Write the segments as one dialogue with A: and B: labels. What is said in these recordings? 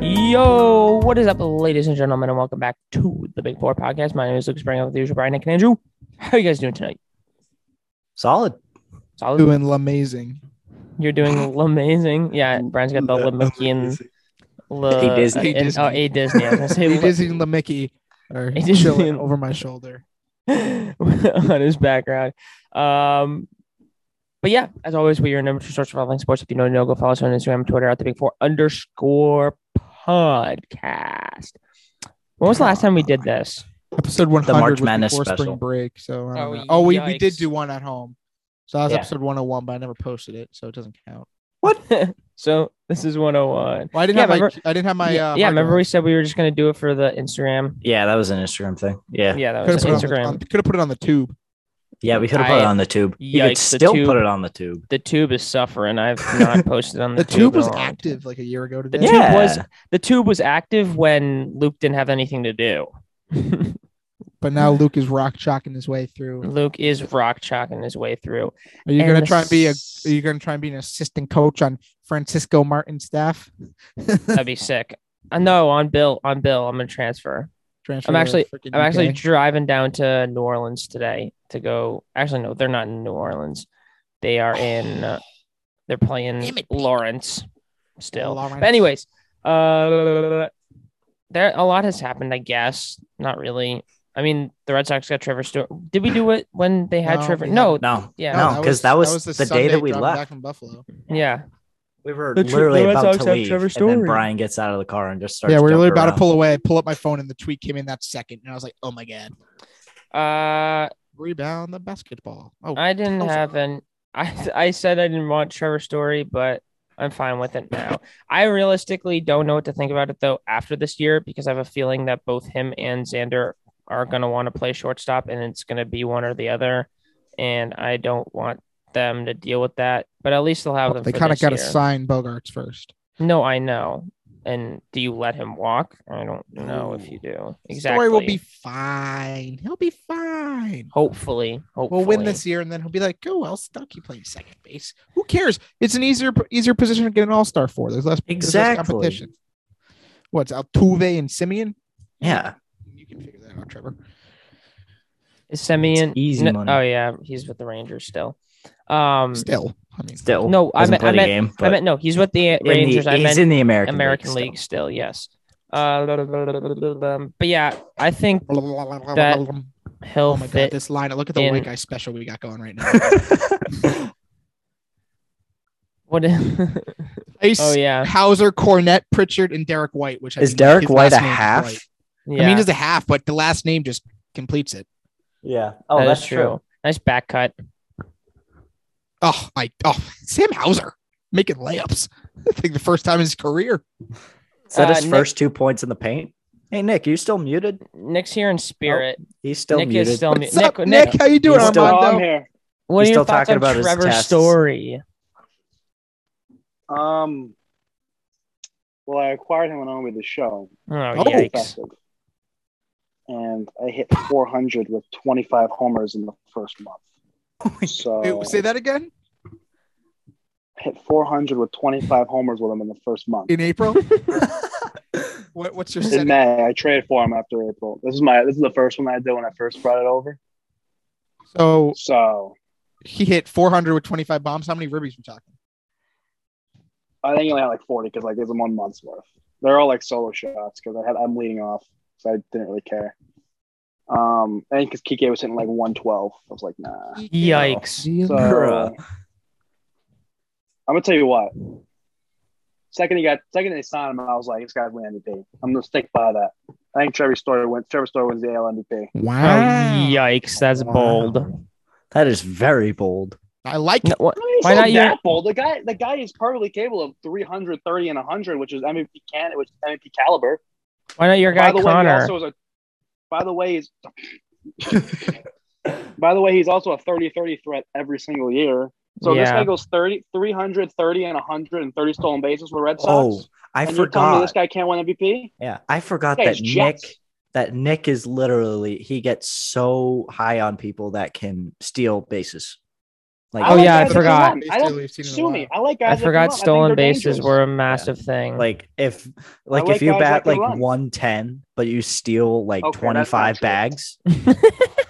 A: Yo, what is up, ladies and gentlemen, and welcome back to the Big Four Podcast. My name is Luke Springer with the usual Brian Nick and Andrew. How are you guys doing tonight?
B: Solid.
A: Solid.
C: doing amazing.
A: You're doing amazing. Yeah, Brian's got the Lemmicky and Le,
B: A Disney.
A: and- oh, a Disney. I was gonna say
C: He
A: Le-
C: just seen Lamicki or
A: He just
C: chilling
A: seen-
C: over my shoulder.
A: on his background. Um, but yeah, as always, we are your number two source for all things sports. If you know, no, go follow us on Instagram, Twitter at the Big Four underscore podcast. When was the last time we did this?
C: Episode 100
B: March
C: was
B: Madness
C: before
B: special.
C: spring break. So I don't
A: Oh,
C: know. Oh, we, we
A: yikes.
C: did do one at home. So that was
A: Yeah.
C: episode 101, but I never posted it, so it doesn't count.
A: So this is 101.
C: Well, I didn't
A: Yeah,
C: have
A: remember-
C: my I didn't have my
A: yeah,
C: uh,
A: yeah, remember we said we were just gonna do it for the Instagram.
B: Yeah, that was an Instagram thing. Yeah.
A: Yeah, that
C: could have
A: was
C: put,
A: an
C: it on the-
A: Instagram.
C: on- coulda put it on the tube.
B: Yeah, we could have put
A: I-
B: it on the tube. You
A: Yikes,
B: could
A: the
B: still
A: tube.
B: put it on the tube.
A: the tube is suffering. I've not posted on the,
C: The tube
A: in a
C: was
A: long time.
C: active like a year ago
A: The
C: today.
A: tube
B: Yeah.
A: was the tube was active when Luke didn't have anything to do.
C: But now Luke is rock chalking his way through.
A: Luke is rock chalking his way through.
C: Are you
A: And
C: gonna
A: the
C: try and be a
A: s-
C: are you gonna try and be an assistant coach on Francisco Martin's staff?
A: That'd be sick. Uh, no, on Bill, on Bill, I'm gonna transfer.
C: Transfer
A: I'm
C: to
A: actually-
C: frickin'
A: I'm actually
C: UK.
A: driving down to New Orleans today to go. Actually, no, they're not in New Orleans. They are in. Uh, they're playing
C: Damn it, Pete.
A: Lawrence still.
C: Lawrence.
A: But anyways, uh, there a lot has happened. I guess not really. I mean, the Red Sox got Trevor Stewart. Did we do it when they had
C: No,
A: Trevor?
C: we
A: No,
B: No.
A: yeah,
B: No, 'cause that was
C: the,
B: the day
C: Sunday
B: that we
C: driving
B: left.
C: back from Buffalo.
A: yeah.
B: We were
A: The tr-
B: literally
A: the Red
B: about
A: Sox
B: to
A: have
B: leave.
A: Trevor
B: And
A: Story.
B: then Brian gets out of the car and just starts.
C: Yeah, we were
B: jumping
C: about to
B: around.
C: pull away. Pull up my phone, and the tweet came in that second, and I was like, "Oh my god!"
A: Uh,
C: Rebound the basketball. Oh,
A: I didn't
C: How's it-
A: have an. I I said I didn't want Trevor Story, but I'm fine with it now. I realistically don't know what to think about it though after this year because I have a feeling that both him and Xander are going to want to play shortstop, and it's going to be one or the other, and I don't want them to deal with that. But at least they'll have them.
C: Oh, they
A: for
C: kind of
A: this
C: got to
A: year.
C: sign Bogarts first.
A: No, I know. And do you let him walk? I don't know if you do. Exactly.
C: Story will be fine. He'll be fine.
A: hopefully. Hopefully,
C: We'll win this year, and then he'll be like, "Oh well, Stucky playing second base. Who cares? It's an easier easier position to get an All Star for. There's less, there's less
B: Exactly.
C: competition. What's Altuve and Simeon?
B: Yeah.
C: You can figure that out, Trevor.
A: Is Semien
B: It's easy
A: n-
B: money.
A: Oh yeah, he's with the Rangers still. Um,
C: Still, I mean,
B: Hmm. Still.
A: no, I
B: Hasn't
A: meant, I
B: played a
A: meant,
B: game.
A: I meant no, he's with the
B: but in the-
A: Rangers. I
B: he's
A: meant
B: in the American,
A: American League,
B: still.
A: still. Yes. Uh, but yeah, I think That- he'll
C: oh my god,
A: fit.
C: this line! Look at the
A: in-
C: white guy special we got going right now.
A: What?
C: Ace,
A: oh yeah,
C: Hauser, Cornett, Pritchard, and Derek White. Which I
B: Is
C: mean,
B: Derek
C: his
B: White a
C: last name is
B: half?
C: White.
A: yeah.
C: I mean, he's a half, but the last name just completes it.
B: Yeah. Oh,
A: that is
B: that's true.
A: Nice back cut.
C: Oh, I oh Sam Hauser making layups. I think the first time in his career.
B: Is that
A: Uh,
B: his
A: Nick-
B: first two points in the paint? Hey, Nick, you still muted?
A: Nick's here in spirit.
B: He's still
A: Nick
B: muted.
A: is still mu-
C: What's
A: Nick,
C: up, Nick? How you doing,
B: He's still-
D: I'm
C: Armando?
D: here.
A: What
B: He's
A: are
B: still
A: your thoughts
B: talking
A: on
B: about his
A: Trevor's
B: tests.
A: story?
D: Um, well, I acquired him along with the show.
A: Oh,
C: Oh.
A: yikes!
D: Effective. And I hit 400 with 25 homers in the first month. So
C: Wait, say that again
D: I hit 400 with 25 homers with him in the first month.
C: in April. what, what's your
D: In
C: setting?
D: May, I traded for him after April. This is my this is the first one I did when I first brought it over.
C: So
D: So
C: he hit 400 with 25 bombs. How many ribbies we talking?
D: I think I only had like 40 because like it's one month's worth. They're all like solo shots because I had I'm leading off, so I didn't really care. Um, I think because Kike was hitting like 112, I was like, nah.
A: Yikes!
D: So,
B: Bruh.
D: I'm gonna tell you what. Second he got second they signed him, I was like, this guy's winning MVP. I'm gonna stick by that. I think Trevor Story wins. Trevor Story wins the AL MVP.
A: Oh,
C: Wow.
A: yikes! That's bold.
B: Wow. That is very bold.
C: I like
A: No,
C: it.
A: what-
D: I mean, he's
A: Why
D: not
A: not
D: that
A: you-
D: bold. The guy, the guy is perfectly capable of 330 and 100, which is MVP can, which is MVP caliber.
A: Why not your guy
D: by the way, he
A: Connor?
D: also is a. By the way, he's. by the way, he's also a 30-30 threat every single year. So this
A: Yeah.
D: guy goes 30, 330 and 130 stolen bases for the Red Sox.
B: Oh, I
D: and you're telling me this
B: forgot.
D: guy can't win MVP?
B: Yeah, I forgot
D: This
B: that
D: guy's Jets.
B: Nick that Nick is literally he gets so high on people that can steal bases. Like,
A: Oh,
D: like
A: yeah, I
D: guys that come
A: forgot.
D: up.
C: These
D: I
C: two
D: like
C: we've seen in a
D: sue me. I like guys.
A: I
D: that come
A: forgot
D: up. think
A: stolen
D: they're
A: bases
D: dangerous.
A: were a massive thing.
B: like if like,
D: like
B: if you
D: guys that
B: bat
D: can
B: like
D: run.
B: 110 but you steal like
D: Okay, that's not
B: 25
D: true.
B: bags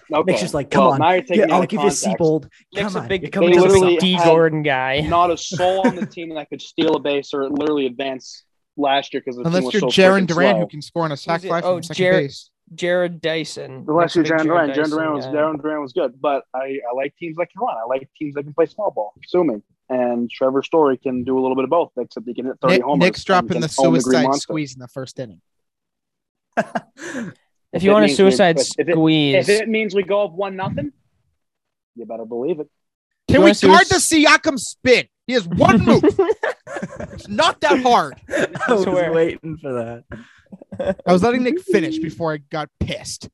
D: Okay.
B: Nick's just like, come
D: well,
B: on,
D: Now you're taking
B: yeah
D: it out
B: i'll
D: of
B: give
D: context.
B: you Seabold.
A: Nick's
B: come
A: a
B: on
A: big
B: you're coming
D: They
B: to the
D: literally-
B: side.
A: D
D: had-
A: Gordon guy.
D: Not a soul on the team that could steal a base or literally advance last year because
C: Unless
D: team was
C: you're
D: so
C: Jaron
D: freaking
C: Duran,
D: slow.
C: who can score on a sack
A: Who's it?
C: fly
A: Oh,
C: from second
A: Jarrett-
C: base.
A: Jared Dyson.
D: Unless you're
A: Nick's a
D: Jaron
A: big
D: Duran. Jaron Duran was
A: guy.
D: Jaron Duran was good, but I, I like teams that can run. I like teams that can play small ball. Assuming and Trevor Story can do a little bit of both, except he can hit 30
C: Nick,
D: homers.
C: Nick's
D: and
C: dropping
D: can
C: the
D: own Green
C: suicide
D: Monster.
C: squeeze in the first inning.
A: If
D: If
A: you
D: it
A: want a
D: means we-
A: suicide
D: if it- if
A: squeeze,
D: If it means we go up one nothing, you better believe it.
C: Can
A: You
C: we
A: wanna see
C: guard the
A: what's-
C: Siakam spin? He has one move. it's not that hard.
B: I was
A: Swear.
B: waiting for that.
C: I was letting Nick finish before I got pissed.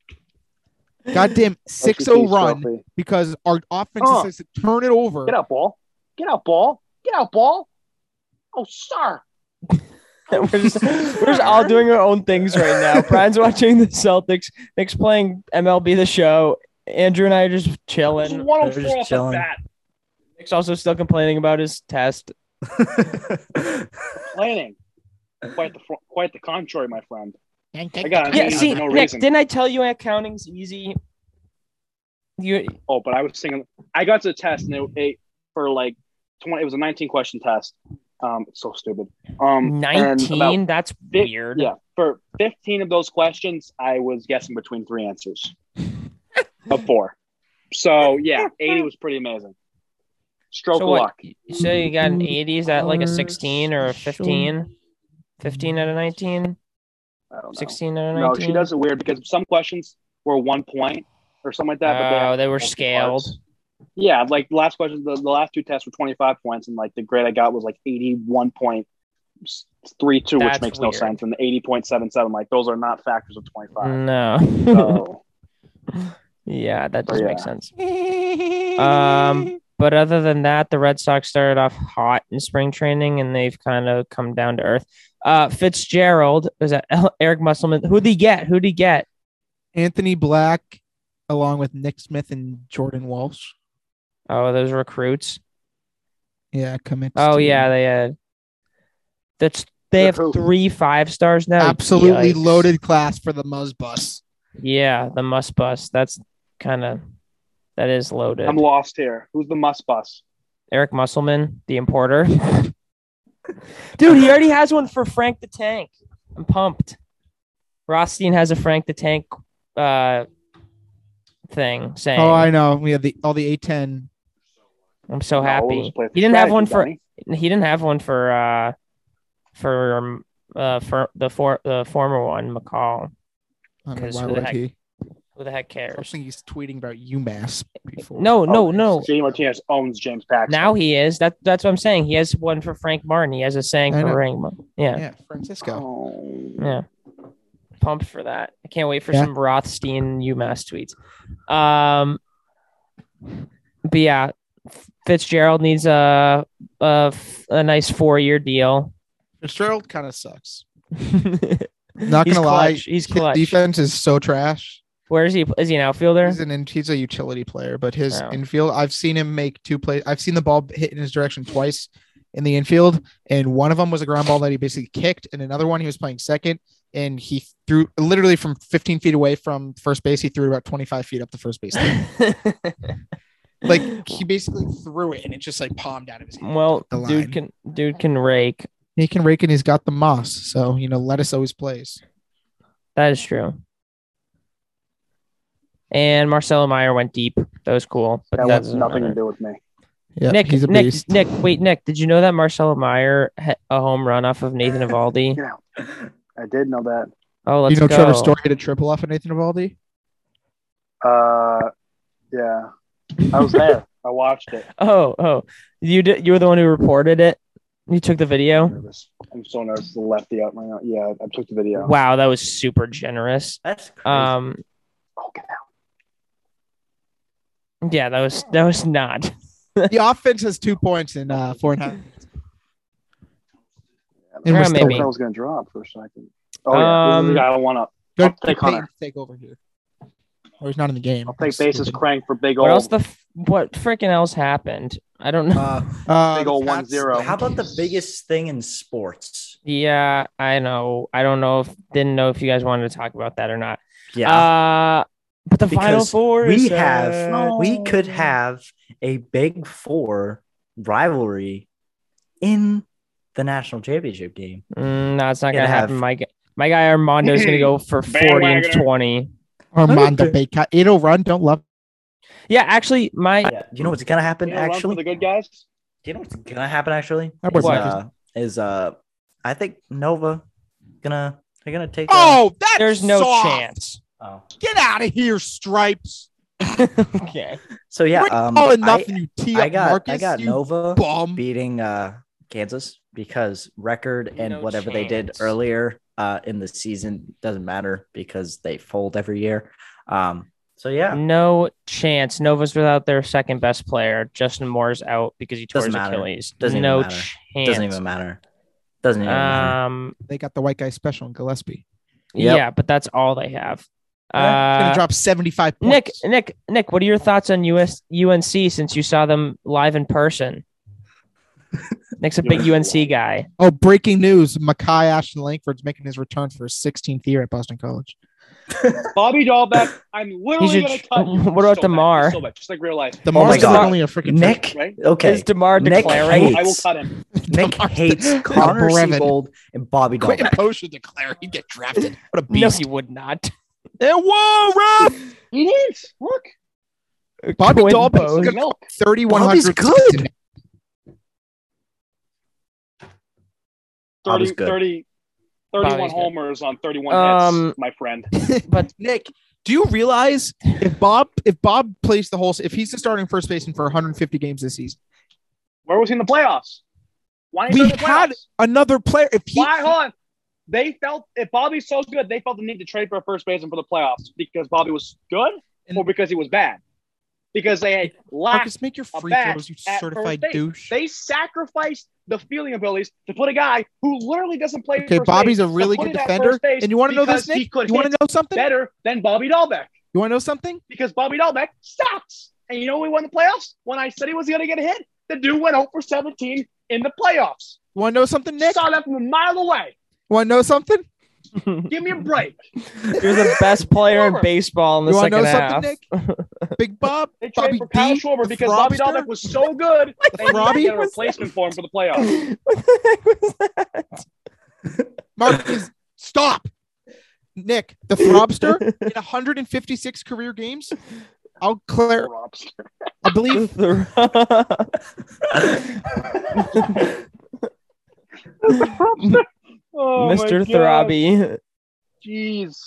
C: Goddamn 6 0
D: SGP
C: run
D: trophy.
C: because our offense
D: Oh.
C: is to turn it over.
D: Get out, ball. Get out, ball. Get out, ball. Oh, sir.
A: we're, just, we're just all doing our own things right now. Brian's watching the Celtics. Nick's playing MLB The Show. Andrew and I are just
D: It's
A: chilling.
D: 104
B: just
D: off the
B: chilling.
D: bat.
A: Nick's also still complaining about his test.
D: Planning. Quite the fr- quite the contrary, my friend.
C: Yank,
D: I
C: yank,
D: got
A: Yeah,
D: Yeah,
C: yank.
A: see,
D: no
A: Nick,
D: reason.
A: didn't I tell you accounting's easy? You
D: Oh, but I was singing. I got to the test and it, it for like 20. It was a 19 question test. Um, it's so stupid. Um, and about
A: nineteen? That's
D: fif-
A: weird.
D: Yeah, for 15 of those questions, I was guessing between three answers of four. So yeah, 80 was pretty amazing. Stroke
A: So
D: of
A: what?
D: luck.
A: You say you got an eighty? Is that like a sixteen or a fifteen? Fifteen out of 19?
D: I don't know.
A: 16 out of
D: No,
A: nineteen?
D: she does it weird because some questions were one point or something like that. but
A: Oh,
D: have
A: they were
D: multiple
A: scaled.
D: parts. Yeah, like the last question, the, the last two tests were 25 points, and like the grade I got was like 81.32, which
A: That's
D: makes no
A: weird.
D: sense, and the 80.77, like those are not factors of 25.
A: No.
D: So,
A: yeah, that doesn't make
D: yeah.
A: sense. Um, but other than that, the Red Sox started off hot in spring training, and they've kind of come down to earth. Uh, Fitzgerald was that El- Eric Musselman? Who'd he get? Who'd he get?
C: Anthony Black, along with Nick Smith and Jordan Walsh.
A: Oh, those recruits.
C: Yeah, commit.
A: Oh yeah, they had. That's they have
D: Recruit.
A: three five stars now.
C: absolutely
A: Yikes.
C: loaded class for the Muzz Bus.
A: Yeah, the must bus. That's kind of that is loaded.
D: I'm lost here. Who's the must bus?
A: Eric Musselman, the importer. Dude, he already has one for Frank the Tank. I'm pumped. Rothstein has a Frank the Tank uh, thing saying,
C: Oh, I know. We had the all the A10.
A: "I'm so
D: No, we'll
A: happy."
D: just play
A: He didn't have
D: strategy,
A: one for
D: Donnie.
A: he didn't have one for uh, for um, uh, for the for the former one McCall.
C: I don't know
A: 'Cause
C: why
A: who the
C: would
A: heck
C: he?
A: Who the heck
C: I
A: cares?
C: think he's tweeting about UMass. Before.
A: No, no,
D: Oh,
A: no.
D: JD Martinez owns James Paxton.
A: Now he is. That that's what I'm saying. He has one for Frank Martin. He has a saying
C: I
A: for
C: know.
A: Frank. Martin. Yeah.
C: Yeah, Francisco.
D: Oh.
A: Yeah. Pumped for that. I can't wait for
C: Yeah.
A: some Rothstein UMass tweets. Um but yeah, Fitzgerald needs a a, a nice four year deal.
C: Fitzgerald kind of sucks.
A: Not
C: Not gonna lie,
A: He's
C: His
A: clutch.
C: defense is so trash.
A: Where is he? Is he an outfielder?
C: He's an in, he's a utility player, but his
A: Oh.
C: infield. I've seen him make two plays. I've seen the ball hit in his direction twice in the infield, and one of them was a ground ball that he basically kicked, and another one he was playing second, and he threw literally from 15 feet away from first base. He threw it about 25 feet up the first base. line. like he basically threw it, and it just like palmed out of his hand.
A: well,
C: The line.
A: dude can dude can rake.
C: He can rake, and he's got the moss. So you know, lettuce always plays.
A: That is true. And Marcelo Meyer went deep. That was cool. But
D: That
A: that
D: has
A: doesn't
D: nothing
A: matter.
D: to do with me.
C: Yeah,
A: Nick,
C: he's a
A: Nick,
C: beast.
A: Nick, wait, Nick, did you know that Marcelo Meyer hit a home run off of Nathan Ivaldi?
D: Yeah, I did know that.
A: Oh, let's
C: you know,
A: go.
C: Trevor Story hit a triple off of Nathan Evaldi.
D: Uh, yeah, I was there. I watched it.
A: Oh, oh, you did. You were the one who reported it. You took the video.
D: Nervous. I'm so nervous. The lefty out right now. Yeah, I took the video.
A: Wow, that was super generous.
B: That's crazy.
A: Um,
D: Oh, get out.
A: yeah, that was that was not.
C: the offense has two points in uh, four and a half.
A: Yeah,
C: And we're still
A: maybe.
D: I
C: winning.
D: was gonna drop for a second. Oh yeah, this
A: Um,
D: is the guy I want up.
C: Go
D: I'll
C: to
D: take
C: Peyton
D: Hunter.
C: to take over here. Or he's not in the game.
D: I'll take bases
C: Stupid.
D: crank for big
A: What
D: old.
A: else? The what freaking else happened? I don't know.
B: Uh,
C: Uh,
D: Big ol'
C: the Pats-
D: 1-0.
C: the
D: How
C: Pats-
B: how about the biggest thing in sports?
A: yeah, I know. I don't know if didn't know if you guys wanted to talk about that or not.
B: Yeah,
A: Uh but the final
B: Because
A: four
B: we
A: is,
B: have
A: uh,
B: we could have a Big Four rivalry in the national championship game.
A: Mm, no, it's not
B: Gotta
A: gonna happen.
B: have-
A: My gu- my guy Armando's gonna go for forty and
D: Bandwagoner.
A: twenty.
C: Armando
B: Okay.
C: Baycott. It'll oh run. Don't love.
A: Yeah, actually, my
B: Yeah, you know what's gonna happen
D: You know, run for
B: actually?
D: the good guys.
B: Do you know what's gonna happen actually?
C: That
B: Is,
C: wasn't-
B: uh, is uh, I think Nova gonna they're gonna take.
C: Oh, that's
A: there's no
C: soft.
A: chance.
B: uh, oh.
C: Get out of here, Stripes.
A: okay.
B: so yeah,
C: We're
B: um,
C: calling
B: I,
C: nothing. you tee
B: I
C: up
B: got
C: Marcus.
B: I got
C: you
B: Nova
C: bum.
B: beating uh Kansas because record and
A: No
B: whatever they did
A: chance.
B: earlier uh in the season doesn't matter because they fold every year. Um, so yeah,
A: No chance. Nova's without their second best player. Justin Moore's out because he tore
B: Doesn't
A: his
B: matter.
A: Achilles.
B: Doesn't even
A: no
B: matter.
A: chance.
B: doesn't even matter. Doesn't even matter.
A: Um.
C: They got the white guy special in Gillespie.
B: Yep.
A: Yeah, but that's all they have.
C: Yeah, he's
A: Uh,
C: gonna drop seventy-five points.
A: Nick, Nick, Nick, what are your thoughts on US UNC since you saw them live in person? Nick's a big UNC guy.
C: Oh, breaking news: Makai Ashton Langford's making his return for his 16th year at Boston College.
D: Bobby Dahlbeck, I'm literally
A: should-
D: gonna cut you.
A: what about
D: so
A: Damar?
D: Bad, so bad, just like real life,
C: The
B: my
C: Mars is
B: God.
C: only a
A: Uh,
C: freaking
B: Nick,
D: right?
B: okay,
A: Is Demar
B: Nick
D: I
A: declaring?
D: will, I will
B: hates-
D: cut him.
B: Nick
C: DeMar-
B: hates
C: DeMar
B: Connor
C: Brevin.
B: Siebold and Bobby
C: Quit
B: Dahlbeck.
C: potion declare he'd get drafted. What a
A: No,
C: beast!
A: he would not.
C: And
D: Oh,
C: whoa, Ruff!
D: He is. Look,
C: Bobby
A: Quinn
C: Dahlbeck's
A: Bose.
C: good.
D: milk.
C: 3100.
B: Bobby's good. I was
D: 30,
B: good.
D: 30,
A: Bobby's
D: 31
A: good.
D: homers on 31
A: Um,
D: hits, my friend.
A: But
C: Nick, do you realize if Bob if Bob plays the whole if he's the starting first baseman for 150 games this season,
D: Where was he in the playoffs? Why didn't
C: We
D: he start in the
C: had-
D: playoffs?
C: another player if he
D: Why? Hold on. They felt if Bobby's so good, they felt the need to trade for a first baseman for the playoffs because Bobby was good
C: And-
D: or because he was bad. Because they had lacked,
C: Marcus make your
D: a
C: free
D: bat
C: throws, you
D: at
C: certified
D: first base.
C: douche.
D: they sacrificed the fielding abilities to put a guy who literally doesn't play.
C: Okay,
D: first
C: Bobby's
D: base,
C: a really
D: to put
C: good
D: it at
C: defender.
D: first base
C: And you want to know this,
D: because he
C: Nick?
D: could
C: You want to
D: hit
C: know something?
D: better than Bobby Dahlbeck
C: You want to know something?
D: because Bobby Dahlbeck sucks. And you know when we won the playoffs? When I said he was going to get a hit, the dude went 0 for 17 in the playoffs.
C: You want to know something, Nick?
D: Saw that from a mile away.
C: You want to know something?
D: Give me a break.
A: you're the best player in baseball in the
C: You want to
A: second
C: know
A: half.
C: something, Nick? Big Bob,
D: They
C: Bobby
D: traded for Kyle
C: D,
D: Schwarber
C: the
D: because Bobby
C: Frobster?
D: Dahlbeck was so good. They needed to
C: Robbie?
D: get a replacement for him for the playoffs.
A: what the heck was that?
C: Marcus, stop. Nick, the Throbster in 156 career games. I'll clear. I believe
D: Oh my
A: Mr.
D: God.
A: Throbby.
D: Jeez.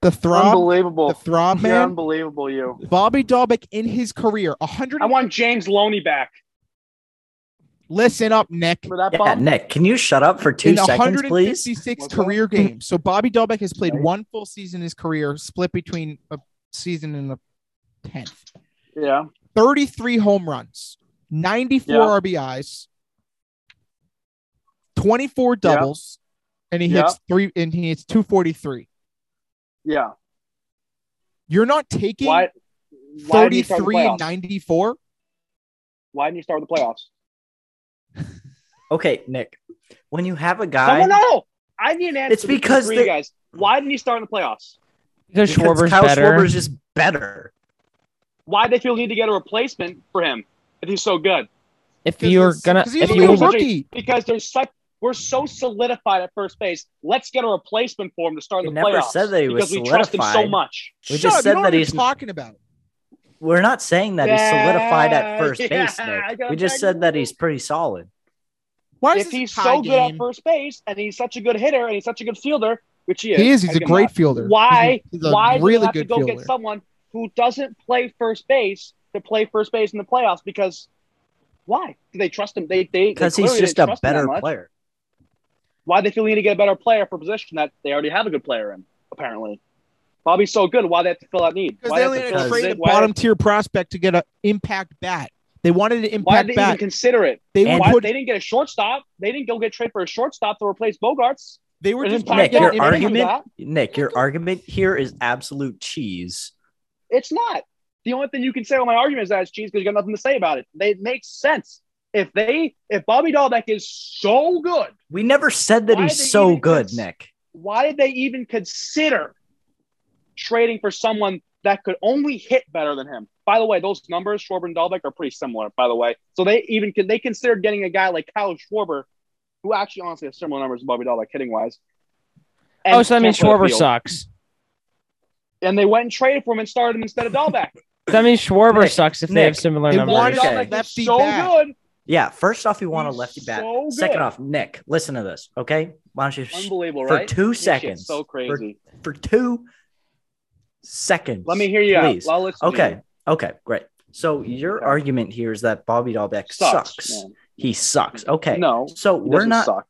C: the Throb, the
D: Unbelievable.
C: Throb
D: You're
C: man,
D: unbelievable, you.
C: Bobby Dahlbeck in his career. 100.
D: I want James Loney back.
C: Listen up, Nick.
D: Remember that,
B: Yeah,
D: Bob?
B: Nick, can you shut up for two
C: in
B: seconds, please?
C: 156
D: What's that?
C: career games. So Bobby Dahlbeck has played
D: Right.
C: one full season in his career, split between a season and a tenth.
D: Yeah.
C: 33 home runs, 94
D: Yeah.
C: RBIs, 24 doubles, and he
D: Yeah.
C: hits three and he hits 243.
D: Yeah.
C: You're not taking
D: Why? Why didn't he start the
C: 33 and
D: playoffs?
C: 94.
D: Why didn't you start with the playoffs?
B: Okay, Nick, when you have a guy,
D: Someone know. I need an answer.
B: It's
D: to these
B: because
D: three
B: they're-
D: guys. Why didn't he start in the playoffs?
A: Because
B: because
A: Schwarber's
B: Kyle
A: better.
B: Schwarber's just better.
D: Why did they feel the need to get a replacement for him if he's so good?
A: if you're gonna,
C: because he's
A: if
C: a
D: only
A: you
D: a
A: were
C: little
D: were-
C: rookie.
D: Because there's such we're so solidified at first base. Let's get a replacement for him to start in
B: He
D: the
B: never
D: playoffs.
B: said that he was
D: because we trust him so
B: solidified.
D: much.
B: We
C: Shut
B: just
C: up,
B: said
C: you don't
B: that
C: know
B: he's-
C: what you're talking about.
B: We're not saying that he's solidified at first
D: Yeah,
B: base,
D: I
B: Nick.
D: got
B: We just
D: back
B: said that
D: you.
B: he's pretty solid.
C: Why is
D: if
C: this a
D: he's
C: tie
D: so good
C: game?
D: at first base and he's such a good hitter and he's such a good fielder, which he is,
C: He is. He's
D: I
C: a
D: give him
C: great
D: that.
C: fielder.
D: Why?
C: He's a, he's a
D: Why do
C: really
D: you have
C: good
D: to go
C: fielder.
D: get someone who doesn't play first base to play first base in the playoffs? Because why do they trust him? They they
B: Because
D: they
B: he's
D: clearly
B: just
D: didn't
B: a
D: trust him that
B: better
D: much.
B: player.
D: Why they feel they need to get a better player for a position that they already have a good player in? Apparently, Bobby's so good. Why they have to fill that need?
C: Because
D: Why
C: they
D: have
C: only
D: to
C: had
D: fill
C: to
D: that
C: trade
D: need?
C: a
D: Why-
C: bottom tier prospect to get an impact bat. They wanted an
D: Why
C: impact
D: did they even
C: bat.
D: consider it?
C: They
B: And
C: would
D: Why
C: put.
D: they didn't get a shortstop? They didn't go get trade for a shortstop to replace Bogarts.
C: They were
D: an
C: just trying
B: Nick,
C: to
D: impact
C: get
D: bat.
B: your
C: an
D: They didn't do
C: impact
B: argument,
D: that.
B: Nick, your argument here is absolute cheese.
D: It's not. The only thing you can say on my argument is that it's cheese because you got nothing to say about it. They, it makes sense. If they, if Bobby Dahlbeck is so good,
B: We never said that
D: Why did
B: he's
D: he
B: so
D: even
B: good,
D: cons-
B: Nick.
D: why did they even consider trading for someone that could only hit better than him? By the way, those numbers, Schwarber and Dahlbeck, are pretty similar, by the way. So they even they considered getting a guy like Kyle Schwarber, who actually honestly has similar numbers to Bobby Dahlbeck hitting wise.
A: oh, so that means Schwarber
D: sucked.
A: sucks.
D: And they went and traded for him and started him instead of Dahlbeck.
A: That means Schwarber
B: Nick,
A: sucks if they
B: Nick,
A: have similar
C: they
A: numbers.
C: wanted-
B: Okay.
D: Dahlbeck
C: Lefty
D: is so
C: back.
D: good.
B: Yeah, first off, you want a
D: He's
B: lefty bat.
D: so
B: Second
D: good.
B: off, Nick, listen to this, okay? Why don't you
D: Unbelievable,
B: for
D: right?
B: two
D: This shit's
B: seconds.
D: So crazy.
B: for two seconds?
D: Let me hear you
B: please.
D: out. I'll listen to
B: Okay,
D: you.
B: okay, great. So your
D: Okay.
B: argument here is that Bobby Dahlbeck sucks.
D: Sucks. man.
B: He sucks. Okay,
D: No,
B: So
D: he
B: we're
D: doesn't
B: not.
D: suck.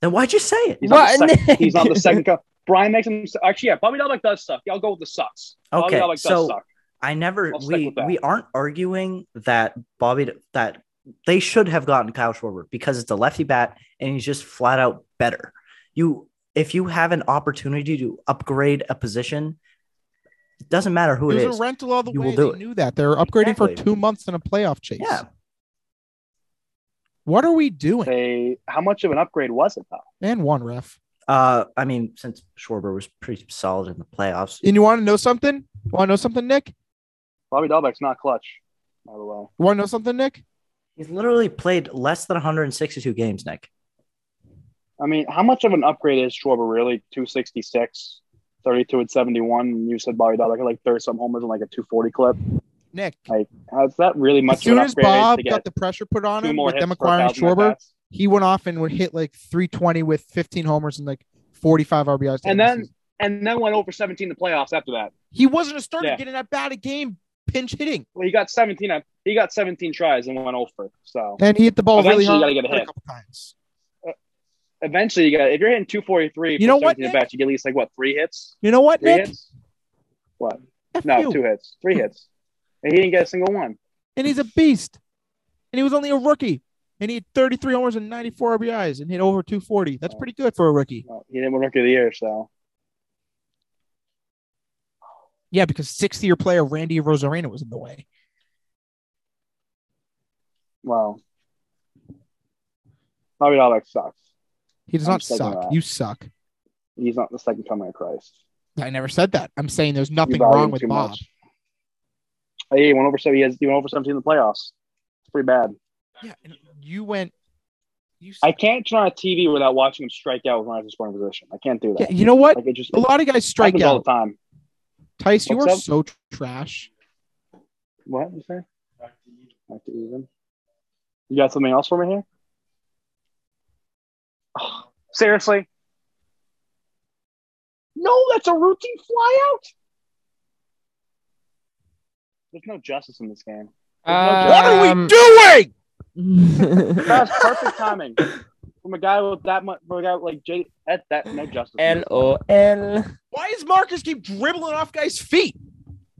B: Then why'd you say it?
D: He's not, the
A: What,
D: second,
A: Nick?
D: he's not the second cup. Brian makes him su- actually. Yeah, Bobby Dalbeck does suck. Yeah, I'll go with the sucks. Bobby
B: Okay,
D: Dalbec does
B: so-
D: suck.
B: I never.
D: I'll stick
B: We
D: with that.
B: we aren't arguing that Bobby that they should have gotten Kyle Schwarber because it's a lefty bat and he's just flat out better. You if you have an opportunity to upgrade a position, it doesn't matter who
C: it
B: it
C: was
B: is.
C: a rental all the
B: You
C: way.
B: will do
C: they
B: it.
C: knew that they were upgrading for
B: Exactly.
C: two months in a playoff chase.
B: yeah,
C: What are we doing?
D: They how much of an upgrade was it though?
C: And one ref.
B: uh, I mean, since Schwarber was pretty solid in the playoffs,
C: And you want to know something? Want to know something, Nick?
D: Bobby Dalbeck's not clutch, by the way.
C: You want to know something, Nick?
B: he's literally played less than 162 games. Nick,
D: I mean, how much of an upgrade is Schwarber really? 266, 32 and 71. You said Bobby Dalbeck had like 30 some homers and like a 240 clip.
C: Nick.
D: How's that really much
C: as
D: of
C: soon
D: an
C: as
D: upgrade
C: Bob
D: to
C: got
D: get
C: the pressure put on
D: two
C: him
D: more
C: with
D: hits
C: them
D: for
C: acquiring
D: 1,000
C: Schwarber,
D: at-bats?
C: he went off and would hit like 320 with 15 homers and like 45 RBIs. to end
D: And
C: the
D: then-
C: season.
D: And then went over 17 in the playoffs after that.
C: he wasn't a starter
D: Yeah.
C: getting that bad a game, pinch hitting,
D: Well, he got 17. at- He got 17 tries and went over. So
C: and he hit the ball really
D: Eventually you
C: hard
D: gotta get a
C: a
D: hit.
C: couple times.
D: eventually, you got if you're hitting 243,
C: You know what,
D: At
C: Nick?
D: bats, you get at least like what three hits.
C: You know what,
D: Three
C: Nick?
D: hits? What?
C: F
D: No,
C: you.
D: two hits. Three hits. And he didn't get a single one.
C: and he's a beast. And he was only a rookie. And he had 33 homers and 94 RBIs and hit over 240. That's pretty good for a rookie.
D: No, he didn't win rookie of the year, so
C: Yeah, because 60 year player Randy Rosarena was in the way.
D: well. Bobby Dalbeck sucks.
C: He does
D: I'm uh,
C: not
D: sticking with
C: suck.
D: that.
C: You suck.
D: He's not the second coming of Christ.
C: I never said that. I'm saying there's
D: You
C: nothing
D: value
C: wrong
D: him
C: with
D: too
C: Bob.
D: much. Hey, he went over seven. He has he went over seventeen in the playoffs. It's pretty bad.
C: Yeah, and you went. You
D: I
C: suck.
D: can't turn on TV without watching him strike out with runners in scoring position. I can't do
C: Yeah,
D: that.
C: you know what?
D: Like it just
C: A lot of guys strike
D: happens all
C: out.
D: the time.
C: Tice, you are
D: What's up?
C: so trash.
D: What you say? Back to even. You got something else for me here? Ugh, seriously? No, that's a routine flyout. There's no justice in this game.
C: what are
D: Um,
A: Um,
C: we doing?
A: doing?
D: That was perfect timing from a guy with that much. From a guy like Jay. That that no justice. in
A: L
D: this.
A: O L.
C: Why does Marcus keep dribbling off guys' feet?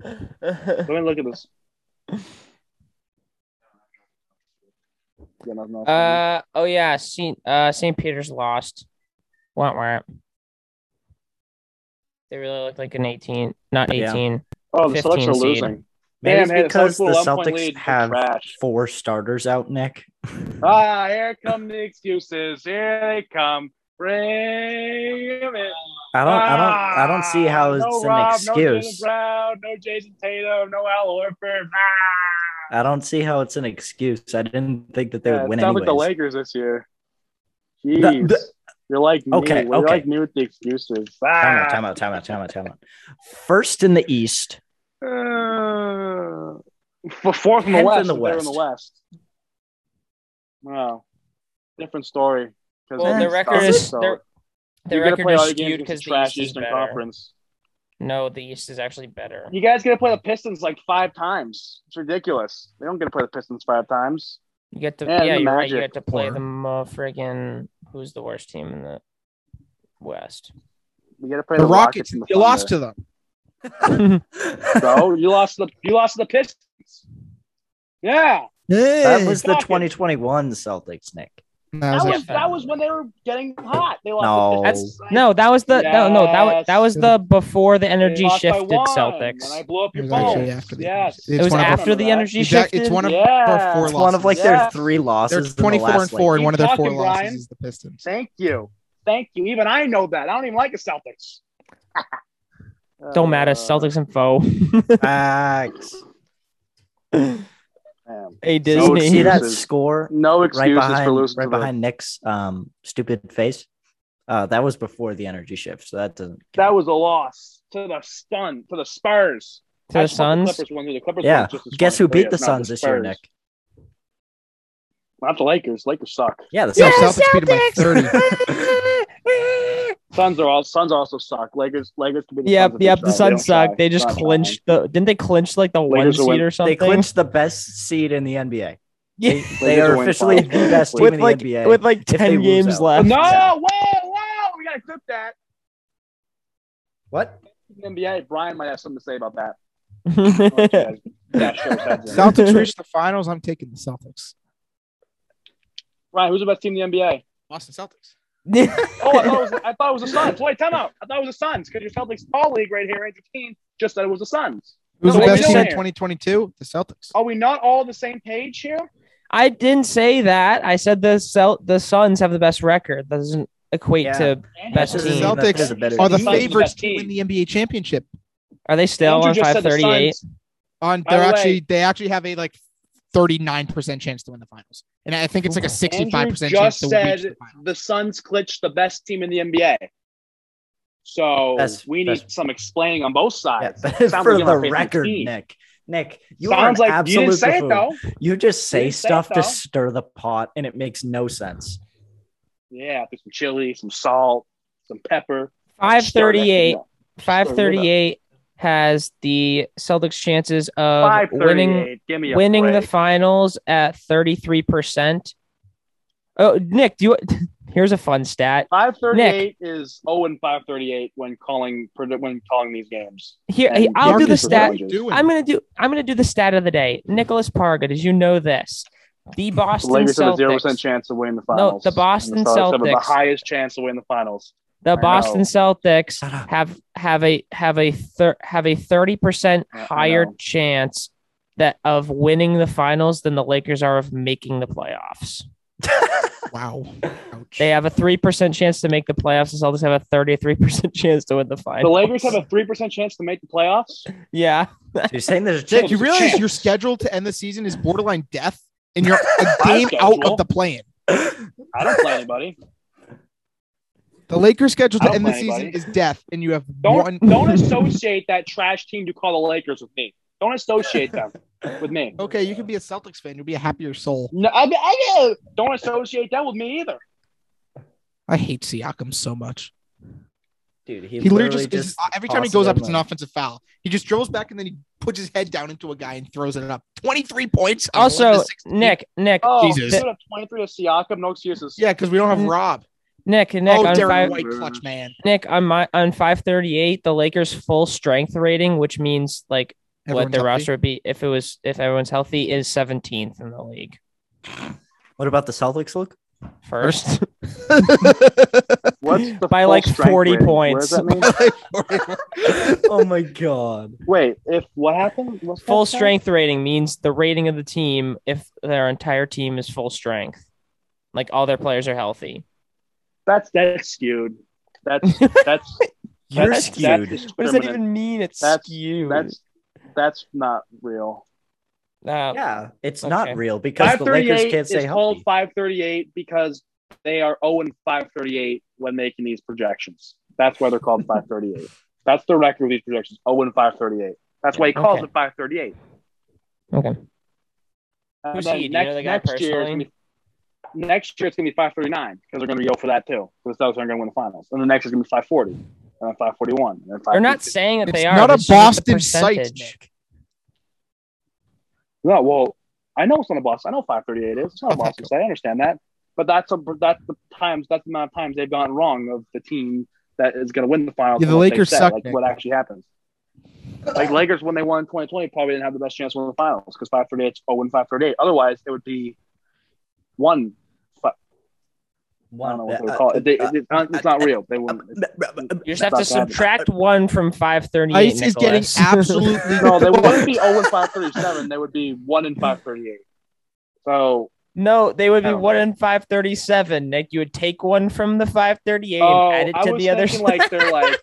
D: Let me look at this. Yeah, nothing else for me.
A: Uh oh yeah, Saint uh Saint Peter's lost. Wah, wah. They really look like an eighteen, not
B: Yeah.
A: eighteen.
D: oh, the
A: 15
D: Celtics are
A: seed.
D: losing.
B: maybe it's
D: Damn, hey, the
B: because
D: Celtics
B: the
D: with a 11-point
B: Celtics
D: lead are
B: have
D: trash.
B: four starters out. Nick,
D: Ah, here come the excuses. Here they come. Bring 'em in. Ah,
B: I don't, I don't, I don't see how it's
D: no
B: an
D: Rob, No Jalen
B: excuse.
D: Brown, no Jason Tatum, no Al Horford. Ah.
B: I don't see how it's an excuse. I didn't think that they
D: Yeah,
B: would win
D: sounds
B: anyways.
D: like the Lakers this year. Jeez.
B: the-
D: You're like me.
B: Okay,
D: You're
B: okay.
D: like me with the excuses.
B: Time out,
D: Ah.
B: time out, time out, time out, time out. First in the East,
D: Uh, f- fourth in the
B: Tenth
D: West.
B: in the
D: but they're in the
B: West.
D: West. Wow. Different story. 'cause
A: Well,
D: they
A: their
D: suck,
A: record is
D: so
A: their, their
D: you're gonna
A: record
D: play all
A: is
D: your games
A: skewed because
D: against the
A: the
D: trash
A: East is
D: Eastern
A: better.
D: Conference.
A: No, the East is actually better.
D: You guys get to play the Pistons like five times. It's ridiculous. They don't get to play the Pistons five times.
A: You get to
D: Yeah,
A: yeah,
D: the
A: you're right. You get
D: Magic
A: to play
B: or-
A: them. Uh, friggin' who's the worst team in the West?
D: You get to play
C: The,
D: the,
C: Rockets.
D: and the
C: you lost
D: Thunder.
C: to them.
D: so you lost the you lost to the Pistons. Yeah,
B: that was the
D: Rockets.
B: 2021 Celtics, Nick.
C: No, I
D: That
C: was
D: was,
C: like,
A: like-
D: that was when they were getting hot. They
B: No.
D: lost. to
B: That's-
D: Pittsburgh.
A: No, that was the no, no, that was that was the before the
D: They
A: energy
D: lost by
A: shifted
D: one,
A: Celtics.
D: And I blew up
C: it
D: your
C: was
D: phone.
C: actually after the.
D: Yes.
C: It's
A: It was
C: one of our-
A: after the
D: Remember that.
A: energy
C: Exact-
A: shifted.
C: it's one of
D: Yeah.
C: our four
B: It's one of like
D: Yeah.
B: their three
C: They're
B: losses. in the
C: 24 and
B: last, like,
C: four, and one of their
D: Keep
C: four
D: talking,
C: losses
D: Brian.
C: is the Pistons.
D: Thank you. Thank you. Even I know that. I don't even like the Celtics.
A: Don't matter.
D: Uh,
A: Celtics and foe.
B: Facts.
D: man.
A: Hey
D: So
A: Disney.
D: Excuses.
B: Oh, See that score
D: No
B: right
D: excuses for
B: behind
D: losing.
B: right
D: to the-
B: behind Nick's um stupid face. Uh, that was before the energy shift, so that doesn't.
D: That was a loss to the Sun, to the Spurs.
A: to
D: I
A: the
D: just thought
A: Suns.
D: Clippers won through the Clippers. won
B: yeah.
D: just as
B: Guess who
D: funny,
B: beat
D: but
B: the
D: yeah, not
B: Suns this year,
D: Spurs.
B: Nick?
D: Not the Lakers. Lakers suck.
B: Yeah, the
C: So
A: Yeah,
B: Suns.
C: Celtics beat 'em by 30.
D: Suns are all Suns also suck. Lakers Lakers could be the
A: Yep,
D: Suns if
A: yep. The
D: they try. They
A: Suns
D: don't try.
A: sucked. They just
D: Not
A: clinched the. Didn't they clinch like the
D: Lakers
A: one
D: will
A: seed
D: win.
A: or something?
B: They clinched the best seed in the NBA.
A: Yeah.
B: They,
D: Lakers
B: they are
D: will win
B: officially
D: finals.
B: the best team
A: with
B: in
A: like
B: the NBA.
A: with like
B: if they
A: ten
B: lose
A: games
B: out.
A: left.
D: trying. No,
B: Yeah.
D: whoa, whoa, we gotta clip that.
B: what?
D: NBA, Brian might have something to say about that. I'll let you
A: No.
D: guys bash those heads in.
A: So-
C: Celtics reached the finals. I'm taking the Celtics.
D: Brian, who's the best team in the NBA?
C: Boston Celtics.
D: Oh, I thought it was, I thought it was the Suns. Wait, time out. I thought it was the Suns because your Celtics ball league right here, 18, just said it was the Suns.
C: Who's
D: No,
C: the
D: what
C: best team
D: we doing
C: in
D: here?
C: 2022? The Celtics.
D: Are we not all on the same page here?
A: I didn't say that. I said the Cel- the Suns have the best record. That doesn't equate
B: Yeah.
A: to.
D: And
A: Best
D: the
A: team.
C: Celtics
B: is a better
C: Are the
D: Suns are the
C: favorites
D: best
C: to win
D: team.
C: the NBA championship?
A: Are they still
D: Andrew
A: on
D: just
A: five
D: said the
A: thirty eight?
D: Suns.
C: On
D: By
C: they're
D: the way-
C: actually they actually have a like 39 percent chance to win the finals, and I think it's like a 65
D: Andrew
C: percent chance
D: just
C: to
D: said
C: reach the finals.
D: the Suns clinched the best team in the NBA. So
B: That's-
D: we need
B: that's-
D: some explaining on both
B: Yeah,
D: sides. Sounds like
B: for
D: you're not
B: the
D: facing
B: record,
D: team.
B: Nick. Nick, you
D: Sounds
B: are an
D: like
B: absolute
D: you didn't say it
B: buffoon.
D: though.
B: You just say
D: didn't say it,
B: stuff
D: though.
B: to stir the pot, and it makes no sense.
D: Yeah, there's some chili, some salt, some pepper.
A: Five thirty eight.
D: Stir it.
A: Five thirty eight has the Celtics chances of
D: Five
A: winning
D: thirty-eight. Give me a
A: winning the
D: break.
A: finals at thirty three percent. Oh, Nick, do you? Here's a fun stat.
D: Five thirty-eight is zero and five thirty-eight when calling when calling these games.
A: Here,
D: And
A: I'll do the
C: Marcus,
D: Marcus
C: what are
A: stat.
D: Aldridge.
C: we doing?
A: I'm gonna do. I'm gonna do the stat of the day. Nicholas Parga. Did you know this? The
D: The
A: Boston
D: Lakers have a zero percent
A: Celtics.
D: chance of winning the
A: No,
D: finals.
A: the Boston
D: And the Celtics have the
A: Celtics.
D: highest chance to win the finals.
A: The
D: know.
A: Boston Celtics
B: Shut up.
A: have have a have a thir- have a thirty percent
D: I- I
A: higher
D: know.
A: chance that of winning the finals than the Lakers are of making the playoffs.
C: Wow. Ouch.
A: They have a three percent chance to make the playoffs. The Celtics have a thirty-three percent chance to win the
D: The
A: finals.
D: Lakers have a three percent chance to make the playoffs.
A: yeah.
B: You're saying there's a
C: Nick,
B: chance.
C: you
D: It's a
C: realize
D: chance.
C: your schedule to end the season is borderline death, and you're a
D: My
C: game out
D: schedule?
C: of the play-in.
D: I don't play anybody.
C: The Lakers' schedule
D: I
C: to
D: don't
C: end the
D: blame
C: season
D: anybody.
C: is death, and you have one.
D: Don't don't associate that trash team you call the Lakers with me. Don't associate them with me.
C: Okay, you could be a Celtics fan. You'll be a happier soul.
D: No, I, I don't associate that with me either.
C: I hate Siakam so much.
B: Dude,
C: He, literally, just, is- every time he
B: tosses
C: goes up,
B: them
C: it's an offensive foul. He just dribbles back and then he puts his head down into a guy and throws it up. Twenty three points. on
A: Also,
C: 11-16.
A: Nick, Nick,
D: Oh,
C: Jesus.
D: you have 23 to Siakam. No excuses.
C: Yeah, because we don't have
A: Mm.
C: Rob.
A: Nick, Nick,
C: oh,
A: on
C: Derek
A: five,
C: White, clutch man.
A: Nick on my on five thirty-eight, the Lakers' full strength rating, which means like what
C: Everyone's
A: their
C: healthy.
A: roster would be if it was if everyone's healthy, is seventeenth in the league.
B: What about the Celtics look?
A: First,
D: What's the
A: By,
D: full
A: like,
D: strength
A: 40
D: rating? What
A: points.
D: does that mean?
B: oh my god.
D: Wait, if what happened? What's that
A: full
D: called?
A: strength rating means the rating of the team if their entire team is full strength, like all their players are healthy.
D: That's that's skewed. That's that's
B: You're
D: that's,
B: skewed.
D: That's
A: What does that
D: discriminant.
A: even mean? It's
D: That's-
A: skewed.
D: That's that's not real.
A: Uh,
B: yeah, it's
A: okay.
B: not real because
D: Five
B: the Lakers
D: thirty-eight
B: can't
D: is
B: stay
D: called
B: healthy.
D: five thirty-eight because they are zero and five thirty-eight when making these projections. That's why they're called five thirty-eight. That's the record of these projections. Zero and five thirty-eight. That's why he calls
A: Okay.
D: it five thirty-eight.
A: Okay.
D: And
A: Who's
D: then
A: he? Do you
D: next-
A: know the guy
D: next year it's
A: personally?
D: gonna be- Next year it's gonna be five thirty nine because they're gonna go for that too. Because those aren't gonna win the finals. And the next year's gonna be five forty, and then five forty one, and then five.
A: They're not saying that
C: It's
A: they are.
C: not a
A: it's just the
C: Boston site,
A: percentage.
C: Nick.
D: No, well, I know it's not a boss. I know five thirty eight is. It's not a
C: Okay,
D: boss.
C: cool.
D: I understand that, but that's a that's the times that's the amount of times they've gone wrong of the team that is going to win the finals.
C: Yeah, the
D: and what they
C: Lakers
D: said,
C: suck,
D: Like
C: Nick.
D: what actually happens. Like Lakers when they won in twenty twenty probably didn't have the best chance to win the finals because five thirty eight oh and five thirty eight. Otherwise, it would be one. fi- I don't know
B: One.
D: what they
B: uh,
D: would call it. They-
B: uh,
D: it's not, it's not real. They wouldn't. it's-
A: You just have to
D: That's not bad.
A: subtract one from 538.
C: Ice is getting
A: Nicholas.
C: absolutely
D: no, they wouldn't be oh, 0 and 537. They would be 1 and 538. So,
A: no, they would be
D: I don't
A: one in 537. Nick, you would take one from the 538
D: oh,
A: and add
D: I
A: it to
D: was
A: the other.
D: thinking like they're like,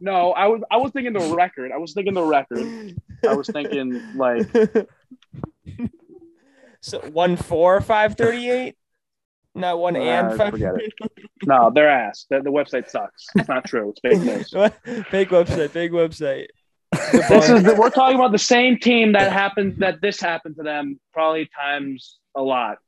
D: no, I was I was thinking the record. I was thinking the record. I was thinking like
A: so one four 538? Not one and
D: Nah,
A: five.
D: forget it. no, they're ass. The, the website sucks. It's not true. It's fake news.
A: big website, big website.
D: this is the, we're talking about the same team that happened that this happened to them probably times a lot.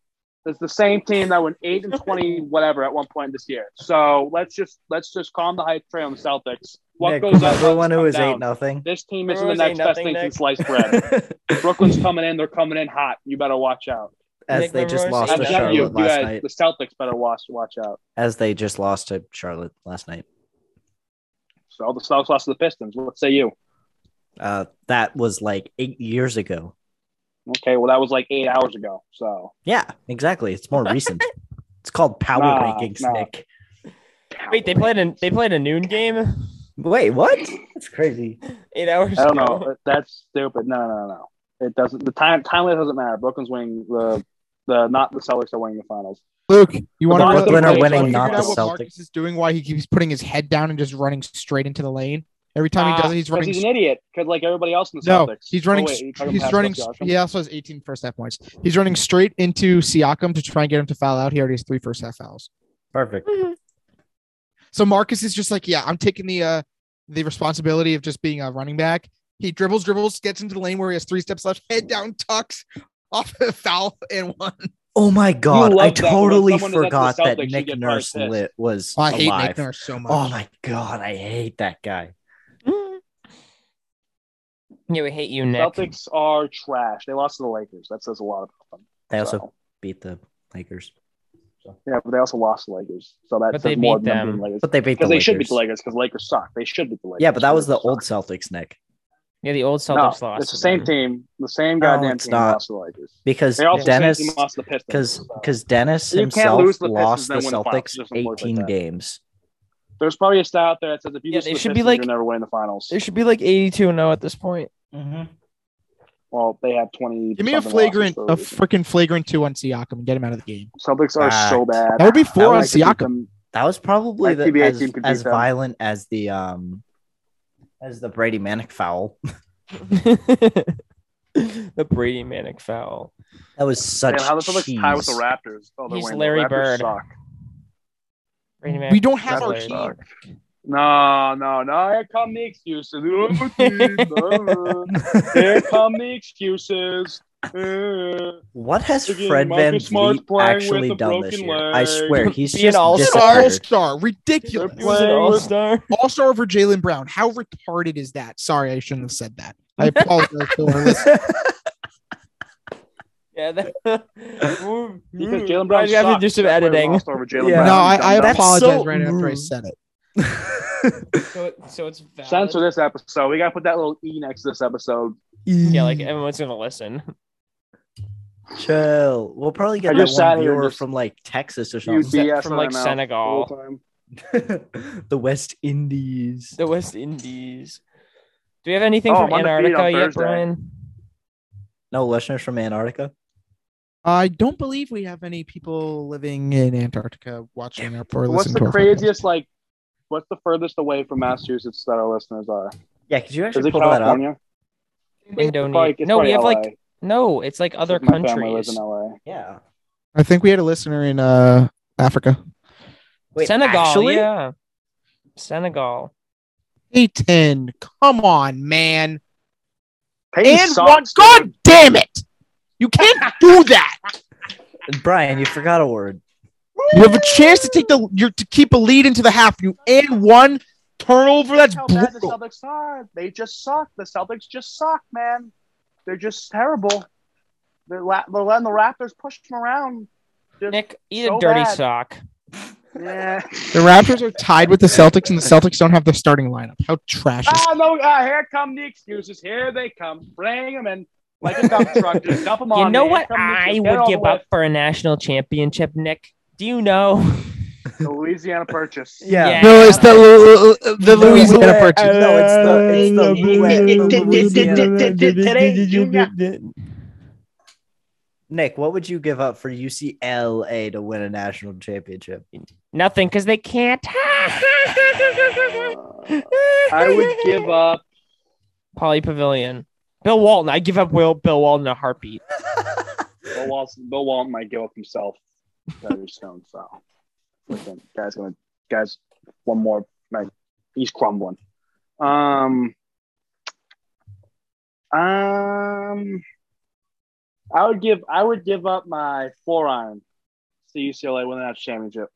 D: It's the same team that went eight and twenty whatever at one point this year. So let's just let's just calm the hype train on the Celtics. What
B: Nick,
D: goes up?
B: everyone who
D: comes
B: is
D: down.
A: oh?
B: eight nothing.
D: This team is the
A: Brewers
D: next
A: ain't
D: best
A: nothing,
D: thing
A: Nick.
D: since sliced bread. Brooklyn's coming in. They're coming in hot. You better watch out.
B: as
A: Nick
B: they just
A: Monroe's
B: lost
A: eight
D: I'm
B: to
A: nothing.
B: Charlotte
D: telling you, you
B: last
D: guys,
B: night.
D: the Celtics better watch watch out.
B: As they just lost to Charlotte last night.
D: So all the Celtics lost to the Pistons. What say you?
B: Uh, that was like eight years ago.
D: Okay, well that was like eight hours ago. So
B: Yeah, exactly. It's more recent. it's called power
D: Nah,
B: rankings,
D: nah.
B: Nick.
A: Wait, they played a they played a noon game
B: Wait, what? That's crazy.
A: eight hours
D: I don't
A: ago.
D: know. That's stupid. No, no, no, no. It doesn't. The time timeline doesn't matter. Brooklyn's winning the the not the Celtics are winning the finals.
C: Luke. You want to
D: Boston
C: really-
D: are
C: you
D: winning,
C: figured
D: not
C: out
D: the
C: what
B: Celtics.
C: Marcus is doing why he keeps putting his head down and just running straight into the lane. Every time
D: Ah,
C: he does it, he's
D: 'cause
C: running.
D: he's an idiot. Because like everybody else in the
C: no,
D: Celtics,
C: he's running.
D: Oh, wait, are you talking
C: he's
D: past
C: running.
D: Pascal Siakam?
C: He also has 18 first half points. He's running straight into Siakam to try and get him to foul out. He already has three first half fouls.
B: Perfect.
C: So Marcus is just like, yeah, I'm taking the uh the responsibility of just being a running back. He dribbles, dribbles, gets into the lane where he has three steps left, head down, tucks off a foul and one.
B: Oh my god,
D: love
B: I
D: that when
B: totally
D: someone is at the
B: forgot that
D: Celtics, you
B: Nick
D: get
B: Nurse
D: probably
B: lit was
C: Oh, I hate
B: alive.
C: Nick Nurse so much.
B: Oh my god, I hate that guy.
A: Yeah, we hate you, Nick.
D: Celtics are trash. They lost to the Lakers. That says a lot about them.
B: They also
D: So,
B: beat the Lakers,
D: yeah, but they also lost to the Lakers. So that
A: But
D: says
A: they
D: more
A: beat
D: than
A: them.
D: being Lakers.
B: but they beat the
D: Because they
B: Lakers.
D: should beat the Lakers because Lakers suck. They should beat the Lakers.
B: Yeah, but that was the
D: Lakers
B: old
D: suck.
B: Celtics, Nick,
A: yeah, the old
D: No,
A: Celtics lost.
D: It's the same
A: to them.
D: team. The same
B: No,
D: goddamn
B: it's
D: team
B: not.
D: lost to the Lakers.
B: because
D: They also the same
B: Dennis,
D: team lost to the Pistons.
B: because
D: so.
B: because Dennis
D: You can't
B: himself
D: lose the Pistons,
B: lost the
D: then win the finals.
B: Celtics
D: It doesn't work like
B: eighteen
D: that.
B: games.
D: There's probably a stat out there that says if you
A: Yeah,
D: lose
A: they
D: to the
A: should be
D: Pistons,
A: like-
D: you're never winning the finals.
A: It should be like 82 and 0 at this point.
C: Mm-hmm.
D: Well, they have twenty.
C: Give me a
D: something
C: flagrant, a
D: losses for
C: freaking flagrant two on Siakam and get him out of the game.
D: a reason. Celtics are so
B: Fact.
D: bad.
C: That would be
D: I
C: four on
D: like to beat
C: Siakam.
D: them.
B: That was probably
D: That
B: the,
D: TBA
B: as,
D: team could beat
B: as
D: them.
B: violent as the um as the Brady Manic foul.
A: the Brady manic foul.
B: That was such
D: Man, how the Celtics tie with the
B: cheese.
D: Raptors? Oh, they're
A: He's
D: winning.
A: Larry
D: the Raptors
A: Bird.
D: Suck.
A: Brady
C: We
A: Manic.
C: don't have our
A: Raptors
C: team.
A: suck.
D: No, no, no. Here come the excuses. Oh, dude, uh, Here come the excuses. Uh,
B: What has
D: Again,
B: Fred
D: Marcus
B: Van
D: Smart's
B: Vliet
D: playing
B: actually
D: with a
B: done this
D: broken
B: year? I
D: leg.
B: swear he's
A: Be an
B: just
C: He's an
A: all-star.
C: all
B: disappeared.
C: star.
D: They're
A: He
C: Ridiculous.
A: was an
D: Playing
A: all
D: with-
A: star.
C: All star over Jalen Brown. How retarded is that? Sorry, I shouldn't have said that. I apologize to our listeners.
A: Yeah, that,
D: because Jalen Brown.
A: You have to
D: sucks.
A: do some
D: That's why they
A: editing.
D: lost over Jalen
B: Yeah.
D: Brown,
C: No, I,
D: you
C: I
D: dumb dumb.
C: apologize
B: so
C: right after I
B: rude.
C: said it.
A: So, it- so it's valid.
D: Censor this episode. We gotta put that little e next to this episode.
A: Yeah, like
D: eh.
A: everyone's gonna listen.
B: Chill. We'll probably
D: I
B: get
D: just
B: that
D: sat
B: one
D: here and
B: viewer
D: just-
B: from like Texas or
D: You
B: something.
D: DS
A: from,
D: on
A: like,
D: my mouth
A: Senegal.
D: the whole time.
B: the West Indies.
A: The West Indies. Do we have anything
D: Oh,
A: from
D: I'm undefeated
A: Antarctica
D: on
A: yet,
D: Thursday.
A: Brian?
B: No listeners from Antarctica.
C: I don't believe we have any people living in Antarctica watching our or
D: What's
C: listening to
D: the
C: our podcast.
D: craziest like? What's the furthest away from Massachusetts that our listeners are?
B: Yeah, could you
D: Is
B: actually
D: it
B: pull that up?
D: California?
A: Indonesia.
D: Probably- it's
A: no, we
D: probably
A: have
D: LA,
A: like no. It's like other
D: because My family lives
A: countries.
D: in LA.
B: Yeah.
C: I think we had a listener in uh, Africa.
A: Senegal.
B: actually?
A: Yeah. Senegal.
C: Peyton, come on, man.
D: Peyton
C: And one.
D: sucks,
C: God
D: dude.
C: damn it. You can't do that.
B: Brian, you forgot a word.
C: You have a chance to take the you're to keep a lead into the half. You and one turnover. That's
D: How bad the
C: brutal.
D: Celtics are. They just suck. The Celtics just suck, man. They're just terrible. They're, la- they're letting the Raptors push them around.
A: Nick, eat
D: so
A: a dirty
D: bad.
A: sock.
D: Yeah.
C: The Raptors are tied with the Celtics, and the Celtics don't have their starting lineup. How trash is
D: Ah, no. Ah, here come the excuses. Here they come. Bring them in like a dump truck. Just dump them on.
A: You know
D: me. Here
A: what
D: come the
A: I
D: excuses. Get
A: would
D: over
A: give
D: with.
A: up for a national championship, Nick? Do you know?
D: The Louisiana Purchase.
B: Yeah.
A: Yeah.
C: No, it's the Lu-
B: No,
C: Lu- the
B: it's
C: Louisiana
B: the-
C: Purchase.
B: No, it's the- it's the Nick, what would you give up for UCLA to win a national championship?
A: Nothing, because they can't.
D: Uh, I would give up.
A: Polly Pavilion. Bill Walton. I give up Will Bill Walton in a heartbeat.
D: Bill Walton, Bill Walton might give up himself. Very soon. So, Freaking guy's gonna guys one more. Like, he's crumbling. Um. Um. I would give I would give up my forearm to UCLA winning that championship.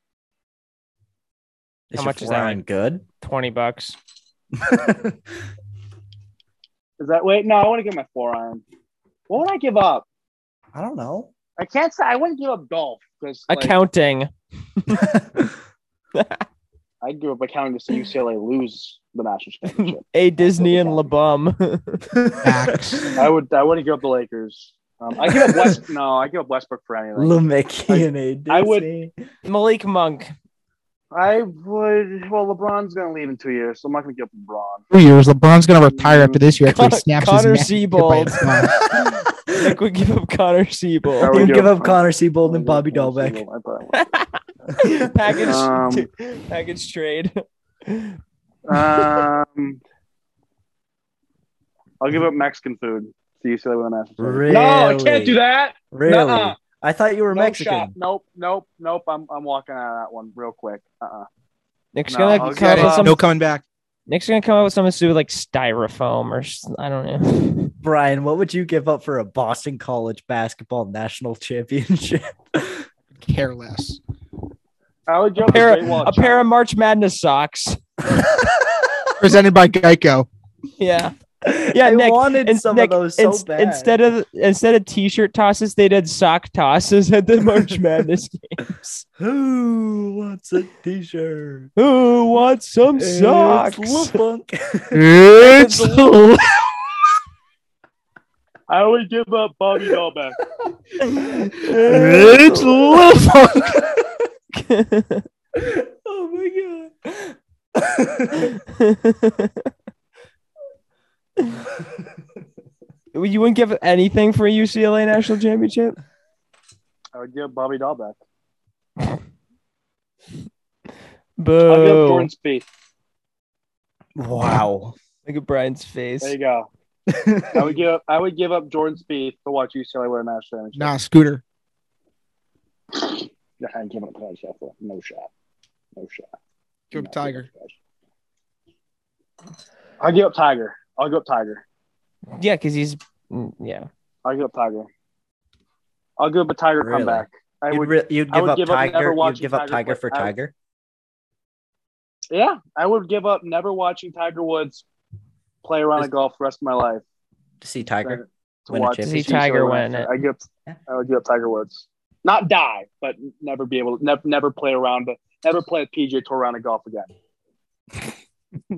B: Is
A: How
B: your
A: much is that?
B: forearm good?
A: Twenty bucks.
D: Is that wait? No, I want to give my forearm. What would I give up?
B: I don't know.
D: I can't say I wouldn't give up golf because like,
A: Accounting.
D: I'd give up accounting to see UCLA lose the national championship.
A: A Disney and LeBum.
D: I would I wouldn't give up the Lakers. Um, I give up West. no, I give up Westbrook for anything.
B: LeMcKinney.
D: I would-
A: Malik Monk.
D: I would. Well, LeBron's gonna leave in two years, so I'm not gonna give up LeBron.
C: Three years. LeBron's gonna retire after this year. After he
A: Con-
C: snaps
A: Connor
C: his neck by
A: Seibold.
C: himself.
A: Like we give up Connor Siebel.
D: would
B: you
D: give
B: give
D: up
B: up
D: Con-
B: Connor Seabold and Bobby
D: Connor
B: Dahlbeck.
D: Sewell, I thought
A: package
D: Um,
A: package trade.
D: I would. um, I'll give up Mexican food to UCLA with a national championship. No, I
B: Really?
D: can't do that.
B: Really?
D: Nuh-uh.
B: I thought you were
D: No
B: Mexican.
D: shot. Nope, nope, nope. I'm I'm walking out of that one real quick. Uh-uh.
A: Nick's
D: No,
A: gonna
D: I'll
A: come
D: get
A: up
D: it.
A: with some.
C: no coming back.
A: Nick's gonna come up with something to do with like styrofoam or s- I don't know.
B: Brian, what would you give up for a Boston College basketball national championship?
C: Care less.
D: I would give up
A: A
D: the
A: pair,
D: Great Wall of
A: a
D: China.
A: pair of March Madness socks.
C: Presented by Geico.
A: Yeah, yeah.
B: I
A: Nick,
B: wanted
A: in-
B: some
A: Nick,
B: of those so
A: ins-
B: bad.
A: Instead of instead of t-shirt tosses, they did sock tosses at the March Madness games.
B: who wants a T-shirt?
A: Who wants some
B: It's
A: socks?
B: Lefunk.
C: It's
D: I would give up Bobby Dahlbeck.
C: it's Lefunk.
B: oh my god.
A: you wouldn't give anything for a UCLA national championship.
D: I would give up Bobby Dahlbeck. I'll give
C: Oh.
D: up
A: Boo!
D: Jordan Spieth.
B: wow.
A: Look at Brian's face.
D: There you go. I would give up, I would give up Jordan Spieth to watch UCLA win a national championship.
C: Nah, Scooter.
D: Yeah, I'm giving up Paddy Scheffler. No shot. No shot.
C: Give up
D: No,
C: Tiger.
D: I'll give up Tiger. I'll give up Tiger.
A: Yeah, because he's mm, yeah.
D: I'll give up Tiger. I'll give up a Tiger
B: Really?
D: comeback. I
B: You'd,
D: would,
B: re- you'd
D: I
B: give
D: would
B: up
D: give up never
B: Tiger. You'd
D: watching
B: give up
D: Tiger
B: Tiger
D: play.
B: for
D: I-
B: Tiger.
D: yeah, I would give up never watching Tiger Woods play around a golf the rest of my life.
B: To see Tiger.
D: to
B: Win a
D: watch
B: chip.
D: to
A: See Tiger
D: Charlotte
A: win it.
D: I give
B: Yeah.
D: I would give up Tiger Woods. Not die, but never be able to never never play around but never play a PGA tour round of golf again.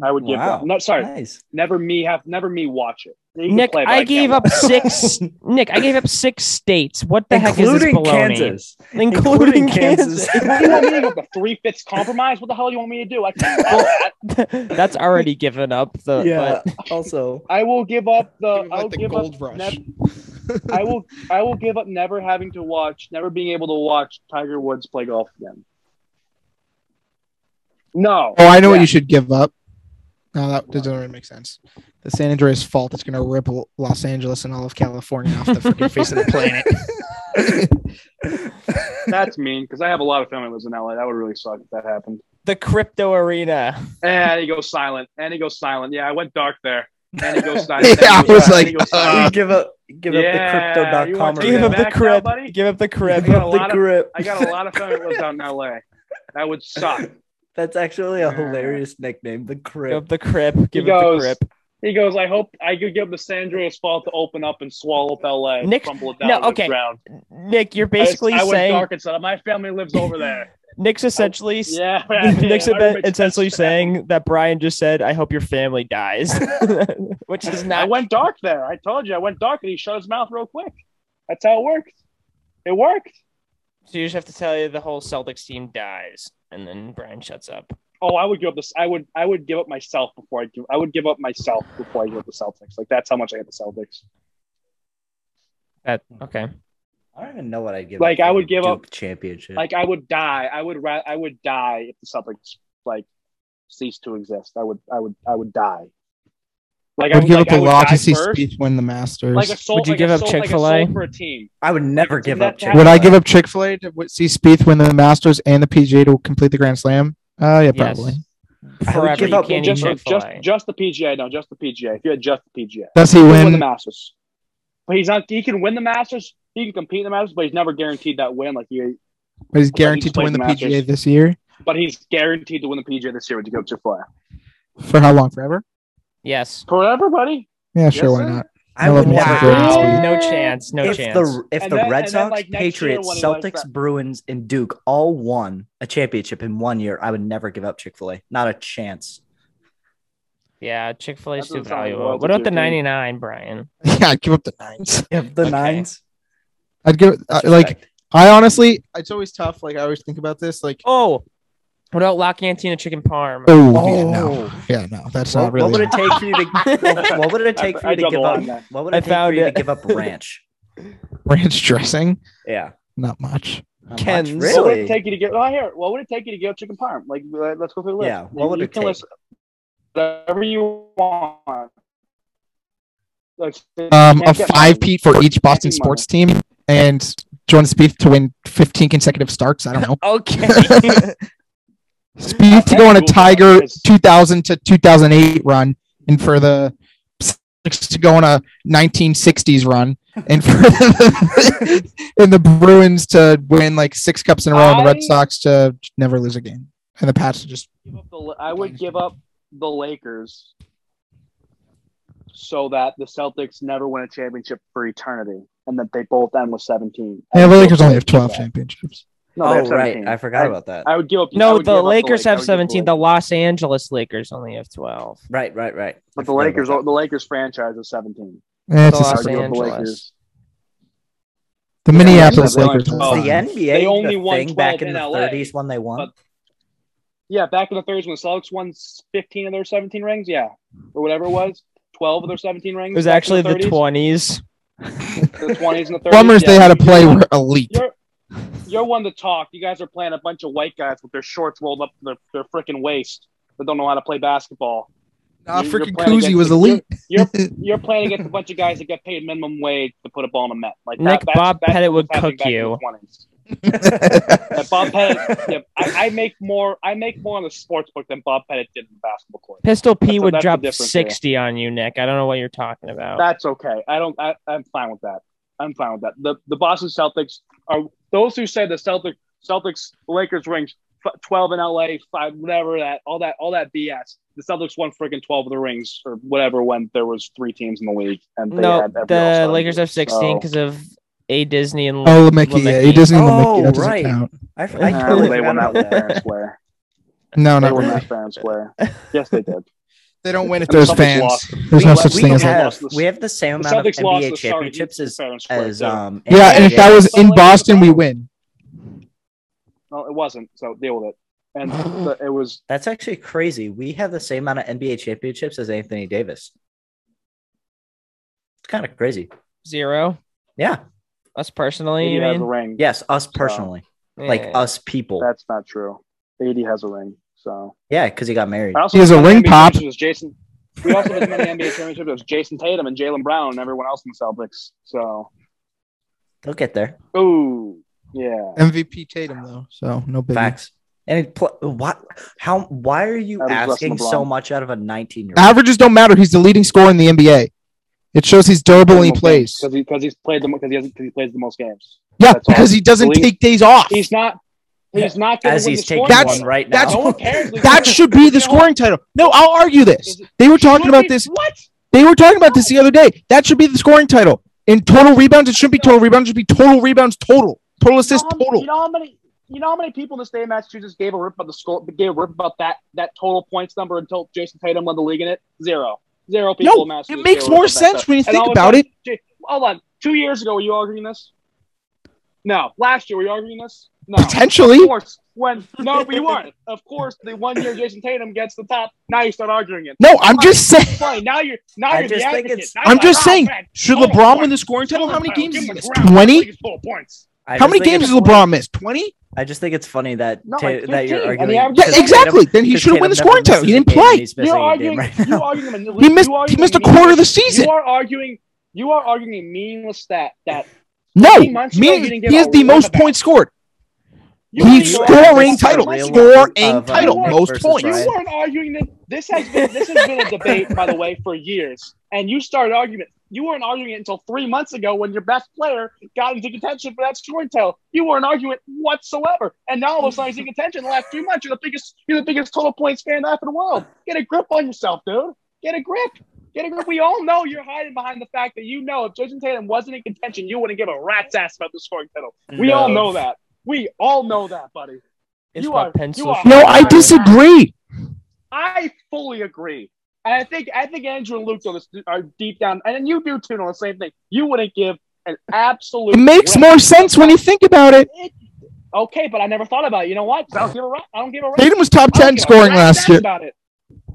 D: I would give
B: Wow.
D: up. No, sorry,
B: Nice.
D: never me have never me watch it. You can
A: Nick,
D: play, but
A: I
D: can't
A: gave
D: watch
A: up six. Nick, I gave up six states. What the heck is this
B: Including
A: baloney?
B: Kansas.
A: Including, Kansas.
D: it. What do you want me to give up? The three fifths compromise? What the hell do you want me to do? I can't have that.
A: That's already given up. The
B: yeah. Also,
D: I will give up the.
C: Give him,
D: Uh, I'll
C: like, the
D: give
C: gold
D: up.
C: rush.
D: nev- I will. I will give up never having to watch, never being able to watch Tiger Woods play golf again. No.
C: Oh, I know what
D: Yeah.
C: you should give up. No, that doesn't really make sense. The San Andreas fault is going to rip L- Los Angeles and all of California off the freaking face of the planet.
D: That's mean because I have a lot of family that lives in LA. That would really suck if that happened.
A: the crypto arena.
D: And he goes silent. And he goes silent. Yeah, I went dark there. And he goes silent.
C: Yeah,
D: And he goes
C: I was
D: silent. And he
C: like,
D: goes silent.
C: uh,
B: give up, give
D: Yeah,
B: up the
D: you
B: crypto.com.
D: want to
A: Give
D: it
A: up the
D: back now,
A: crib.
D: buddy?
A: Give up the crib.
D: Give up
B: the
D: lot of-
B: grip.
D: I got a lot of family that lives out in LA. That would suck.
B: That's actually a
D: Yeah.
B: hilarious nickname. The
A: Give
B: crib.
A: up the crib. Give up
D: goes-
A: the crib.
D: He goes, I hope I could give the San Andreas fault to open up and swallow up LA. and
A: Nick-
D: crumble it
A: no,
D: down and
A: okay.
D: drown.
A: Nick, you're
D: I just-
A: basically
D: I, went
A: saying
D: dark and said, my family lives over there.
A: Nick's essentially s-
D: yeah. yeah,
A: Nick's
D: yeah,
A: event-
D: everybody's-
A: essentially saying that Brian just said, "I hope your family dies," which is
D: I
A: not.
D: went dark there. I told you I went dark and he shut his mouth real quick. That's how it works. It worked.
A: So you just have to tell you the whole Celtics team dies, and then Brian shuts up.
D: Oh, I would give up this. I would. I would give up myself before I give. I would give up myself before I give up the Celtics. Like that's how much I hate the Celtics.
A: That okay.
B: I don't even know what I'd give.
D: Like,
B: up
D: I
B: for
D: would give
B: Duke
D: up-
B: championship.
D: Like I would die. I would. Ra- I would die if the Celtics like cease to exist. I would. I would. I would die. Like
C: I would give
D: like,
C: up a
D: would
C: lot
D: die
C: to see
D: first.
C: Steve win the Masters.
D: Like a soul,
A: Would you
D: like
A: give
D: a
A: up
D: soul, like a
A: Chick-fil-A?
D: soul for a team.
B: I would never
D: Dude,
B: give
D: that-
B: up.
D: that-
C: Would I give
B: Chick-fil-A.
C: up Chick Fil A to w- see Spieth win the Masters and the PGA to complete the Grand Slam? Uh, yeah, probably.
B: I would
A: Forever.
B: give
A: you
B: up-
A: can't
D: just,
A: eat Chick-fil-A.
D: just, just the PGA. No, just the PGA. If you had just the PGA,
C: Does he
D: he win the
C: win?
D: Masters. But he's not. He can win the Masters. He can compete in the Masters, but he's never guaranteed that win. Like he,
C: but He's guaranteed to
D: played
C: win the
D: the
C: PGA
D: Masters.
C: this year
D: but he's guaranteed to win the PGA this year with Jacob Chick-fil-A.
C: for how long? Forever?
A: yes.
D: For everybody,
C: Yeah, sure.
D: Yes,
C: why
D: sir.
C: not?
B: I
C: No,
B: would
C: Wow.
B: never.
C: Wow.
B: give up Chick-fil-A.
A: No chance. No
B: if
A: chance.
B: the if
D: And
B: the
D: then-
B: Red
D: and then,
B: Sox,
D: like, next year
B: Patriots,
D: when he likes
B: Celtics,
D: that-
B: Bruins, and Duke all won a championship in one year, I would never give up Chick Fil A. Not a chance.
A: yeah, Chick Fil A's
D: That
A: too
D: doesn't sound like
A: valuable.
D: loyalty
A: What about
D: to
A: the
D: a team.
A: ninety nine, Brian?
C: Yeah, I'd give up the nines.
B: If the
A: Okay.
B: nines,
C: I'd give uh,
B: that's
C: like
B: respect.
C: I honestly, it's always tough. Like I always think about this. Like
A: Oh, what about La Cantina chicken parm?
C: oh, yeah,
B: Oh.
C: no, yeah, no, that's
B: Well,
C: not really.
B: what would it take for you to? what would it take for
D: I
B: you to
D: draw the
B: give
D: line
B: up?
D: there.
B: What would
A: I
B: it take for
A: found
B: you to
A: it.
B: give up ranch?
C: ranch dressing?
B: Yeah,
C: Not much.
B: Not much,
A: Ken's.
D: What would it
B: really.
D: take you to get? Oh, here. What would it take you to get up chicken parm? Like, uh, let's go through the list.
B: Yeah, what would
D: you
B: it
D: can
B: take?
D: List whatever you want. Like,
C: Um,
D: you
C: a
D: can't get
C: five
D: money.
C: peat for each Boston
D: Money.
C: sports team, and Jordan Spieth to win 15 consecutive starts. I don't know.
A: Okay.
C: Spieth to
D: That's
C: go on a
D: cool, though,
C: Tiger
D: because-
C: 2000 to 2008 run, and for the Celtics to go on a 1960s run, and for the, and the Bruins to win like six cups in a row, and the
D: I-
C: Red Sox to never lose a game, and the Pats to just
D: Give up the- I would give up the Lakers so that the Celtics never win a championship for eternity, and that they both end with seventeen.
C: yeah. The
D: I would
C: Lakers
D: give
C: only
D: up
C: have 12
D: that.
C: championships.
D: No, they
B: Oh
D: have
B: right,
D: 17.
B: I forgot
D: I-
B: about that.
D: I would give up. I
A: no,
D: would give
A: the
D: up
A: Lakers
D: Lake- I
A: have
D: would give
A: seventeen. The
D: The, Lakers.
A: Los Angeles Lakers only have twelve.
B: Right, right, right. I
D: but the
B: forgot
D: Lakers,
B: about
D: the Lakers franchise is seventeen.
C: Eh, it's
A: The
C: a
A: Los
D: I would
C: separate-
D: give up the
A: Angeles.
D: Lakers.
C: the
D: only have-
C: Minneapolis
D: they only have
C: Lakers.
B: that.
D: Oh.
B: Is the NBA
D: They only
B: the
D: won
B: thing back
D: 12
B: in
D: in
B: the
D: LA,
B: 30s when they won.
D: but- Yeah, back in the thirties when the Celtics won fifteen of their seventeen rings, yeah, or whatever it was, twelve of their seventeen rings.
A: It was
D: back in
A: actually the
D: 30s,
A: twenties.
D: the twenties and the thirties.
C: Plumbers,
D: yeah.
C: they had to play
D: You're,
C: were elite.
D: you're, you're one to talk. You guys are playing a bunch of white guys with their shorts rolled up to their, their freaking waist that don't know how to play basketball.
C: Nah,
D: you- you're
C: freaking
D: playing
C: Kuzi
D: against-
C: was elite.
D: You're you're playing against a bunch of guys that get paid minimum wage to put a ball in the net. Like
A: Nick,
D: that, that's,
A: Bob
D: that's
A: Pettit
D: what's
A: would
D: happening
A: cook
D: back in the
A: you.
D: 20s. Yeah, Bob Pettit. Yeah, I, I make more. I make more on the sports book than Bob Pettit did in the basketball court.
A: Pistol P
D: That's-
A: would
D: that's the
A: drop
D: difference here.
A: sixty on you, Nick. I don't know what you're talking
C: Oh.
A: about.
D: That's okay. I don't. I, I'm fine with that. I'm fine with that. The the Boston Celtics are those who say the Celtics Celtics Lakers rings f- twelve in L.A. five whatever that all that all that BS. The Celtics won friggin' twelve of the rings or whatever when there was three teams in the league and they
A: no,
D: had every
A: the
D: all-star Oh.
A: Lakers
D: team.
A: have sixteen
D: So-
A: because of a Disney and
C: Oh, Lemicki, yeah, he
A: Lemicki.
C: doesn't. Lemicki,
B: Oh,
C: that doesn't
B: right.
C: count.
B: I, I
D: Uh,
B: totally
D: they won
B: forgot
D: that
B: about
D: fair
B: that.
D: and square.
C: No,
D: They
C: not
D: won
C: really.
D: that fair and square. Yes, they did.
C: They don't win if
D: And the
C: there's
D: Celtics
C: fans.
D: lost.
C: There's
B: we,
C: no
D: We-
C: such
D: we
C: thing as.
D: had-
B: have,
D: lost this-
B: we have the
D: The
B: same amount of
D: Celtics lost
B: NBA
D: the
B: championships
D: Syracuse
B: as,
D: fair and square.
B: as
D: too.
B: um.
C: yeah, and if
B: NBA.
C: that was
D: Celtics
C: in
D: are
C: Boston, we
D: fine.
C: win.
D: no, it wasn't. So deal with it. And the, it was
B: That's actually crazy. We have the same amount of NBA championships as Anthony Davis. It's kind of crazy.
A: zero.
B: Yeah.
A: Us personally,
D: eighty
A: you
D: has a
A: mean?
D: ring.
B: Yes, us personally, like
D: uh,
A: Yeah.
B: us people.
D: That's not true. AD has a ring, so
B: Yeah, because he got married.
D: I also
C: He has
D: have
C: a
D: as many
C: ring
D: NBA
C: pop.
D: championships as Jason. We also have as many NBA championships as Jason Tatum and Jalen Brown and everyone else in the Celtics. So,
B: They'll get there.
D: ooh, yeah.
C: MVP Tatum though, so no big.
B: Facts. And it pl- what? How? Why are you
D: I was less
B: asking so
D: LeBron.
B: much out of a 19 year old?
C: Averages don't matter. He's the leading scorer in the NBA. It shows he's durable and he plays.
D: because he, cause he's played the because he has, cause he plays the most games.
C: Yeah,
D: that's all.
C: because he doesn't
D: Believe-
C: take days off.
D: He's not. He's not going
B: As
D: to win
B: he's
D: the
B: taking
D: scoring
C: That's-
B: one
D: title.
B: right
C: that's-
B: now.
D: no one cares.
C: That should be the
D: You know what?
C: scoring title. No, I'll argue this.
D: Is it-
C: They were talking
D: Should
C: about
D: be-
C: this.
D: What?
C: They were talking about this the other day. That should be the scoring title. In total rebounds, it shouldn't be total rebounds. It should be total rebounds total. Total assists
D: you know, how-
C: total.
D: You know how many? You know how many people in the state of Massachusetts gave a rip about the score, gave a rip about that that total points number until Jason Tatum led the league in it? Zero, zero people.
C: No,
D: in
C: it
D: Massachusetts
C: makes
D: gave a
C: more
D: rip about that
C: sense
D: stuff.
C: when you
D: And all
C: think
D: of a
C: about
D: sudden,
C: it.
D: J- Hold on. Two years ago, were you arguing this? No, last year were you arguing this? No.
C: Potentially.
D: Of course, when no, but you weren't. Of course, the one year Jason Tatum gets the top, now you start arguing it.
C: No, I'm just saying.
D: Funny, now you're now
B: I
D: you're
B: just
D: the
B: think
D: advocate.
B: it's-
D: Now
C: I'm
D: you're
C: just
D: like,
C: saying,
D: oh, man,
C: should
D: hold on,
C: LeBron
D: hold
C: win
D: on.
C: the scoring title? How many
D: Give
C: games
D: him
C: is
D: the
C: this?
D: ground.
C: 20?
D: Full points.
B: I
C: How
B: just
C: many
B: think
C: games
B: it's
C: does
B: funny-
C: LeBron miss? 20?
B: I just think it's funny that
D: No,
B: Ta-
D: like
B: that you're
D: 15. And
B: arguing.
D: he averaged-
C: Yeah,
B: 'cause
C: exactly. Then he
B: Tatum-
C: should win the
B: Tatum
C: scoring
B: never
C: title.
B: misses a
C: He didn't
B: game, and
C: play.
B: he's missing
D: You're
B: a game
D: arguing.
B: right now.
D: you arguing. him a-
C: He missed.
D: you
C: He
D: arguing
C: missed a
D: meaningless-
C: quarter of the season.
D: You are arguing. You are arguing a meaningless stat that
C: No,
D: three months ago, you
C: me,
D: didn't give
C: he has
D: a
C: the
D: rip
C: most
D: about.
C: points scored.
D: You
C: He's
D: didn't
B: You
D: go-
B: actually
C: scoring
B: saw a
C: title.
B: real
C: Scoring
B: one of, uh,
C: title.
B: Luke
C: Most
B: versus
C: points.
D: You
B: Brian.
D: weren't arguing that. This has been this has been a debate, by the way, for years, and you started arguing. it. You weren't arguing it until three months ago when your best player got into contention for that scoring title. You weren't arguing it whatsoever, and now all of a sudden he's in contention. The last three months, you're the biggest you're the biggest total points fan in the world. Get a grip on yourself, dude. Get a grip. Get a grip. We all know you're hiding behind the fact that you know if Jason Tatum wasn't in contention, you wouldn't give a rat's ass about the scoring title. We all
B: No.
D: know that. We all know that, buddy.
A: It's
D: You
A: about
D: are-
A: pencil.
D: you are-
C: No, I disagree.
D: I fully agree. And I think I think Andrew and Luke do this are deep down, and you do too know the same thing. You wouldn't give an absolute.
C: It makes
D: rip.
C: more sense when you think about it.
D: It- okay, but I never thought about it. You know what? I don't give a ra- I don't give a ra-
C: Tatum was top
D: I don't
C: 10
D: give a
C: scoring
D: rat's
C: last
D: ass
C: year.
D: About it.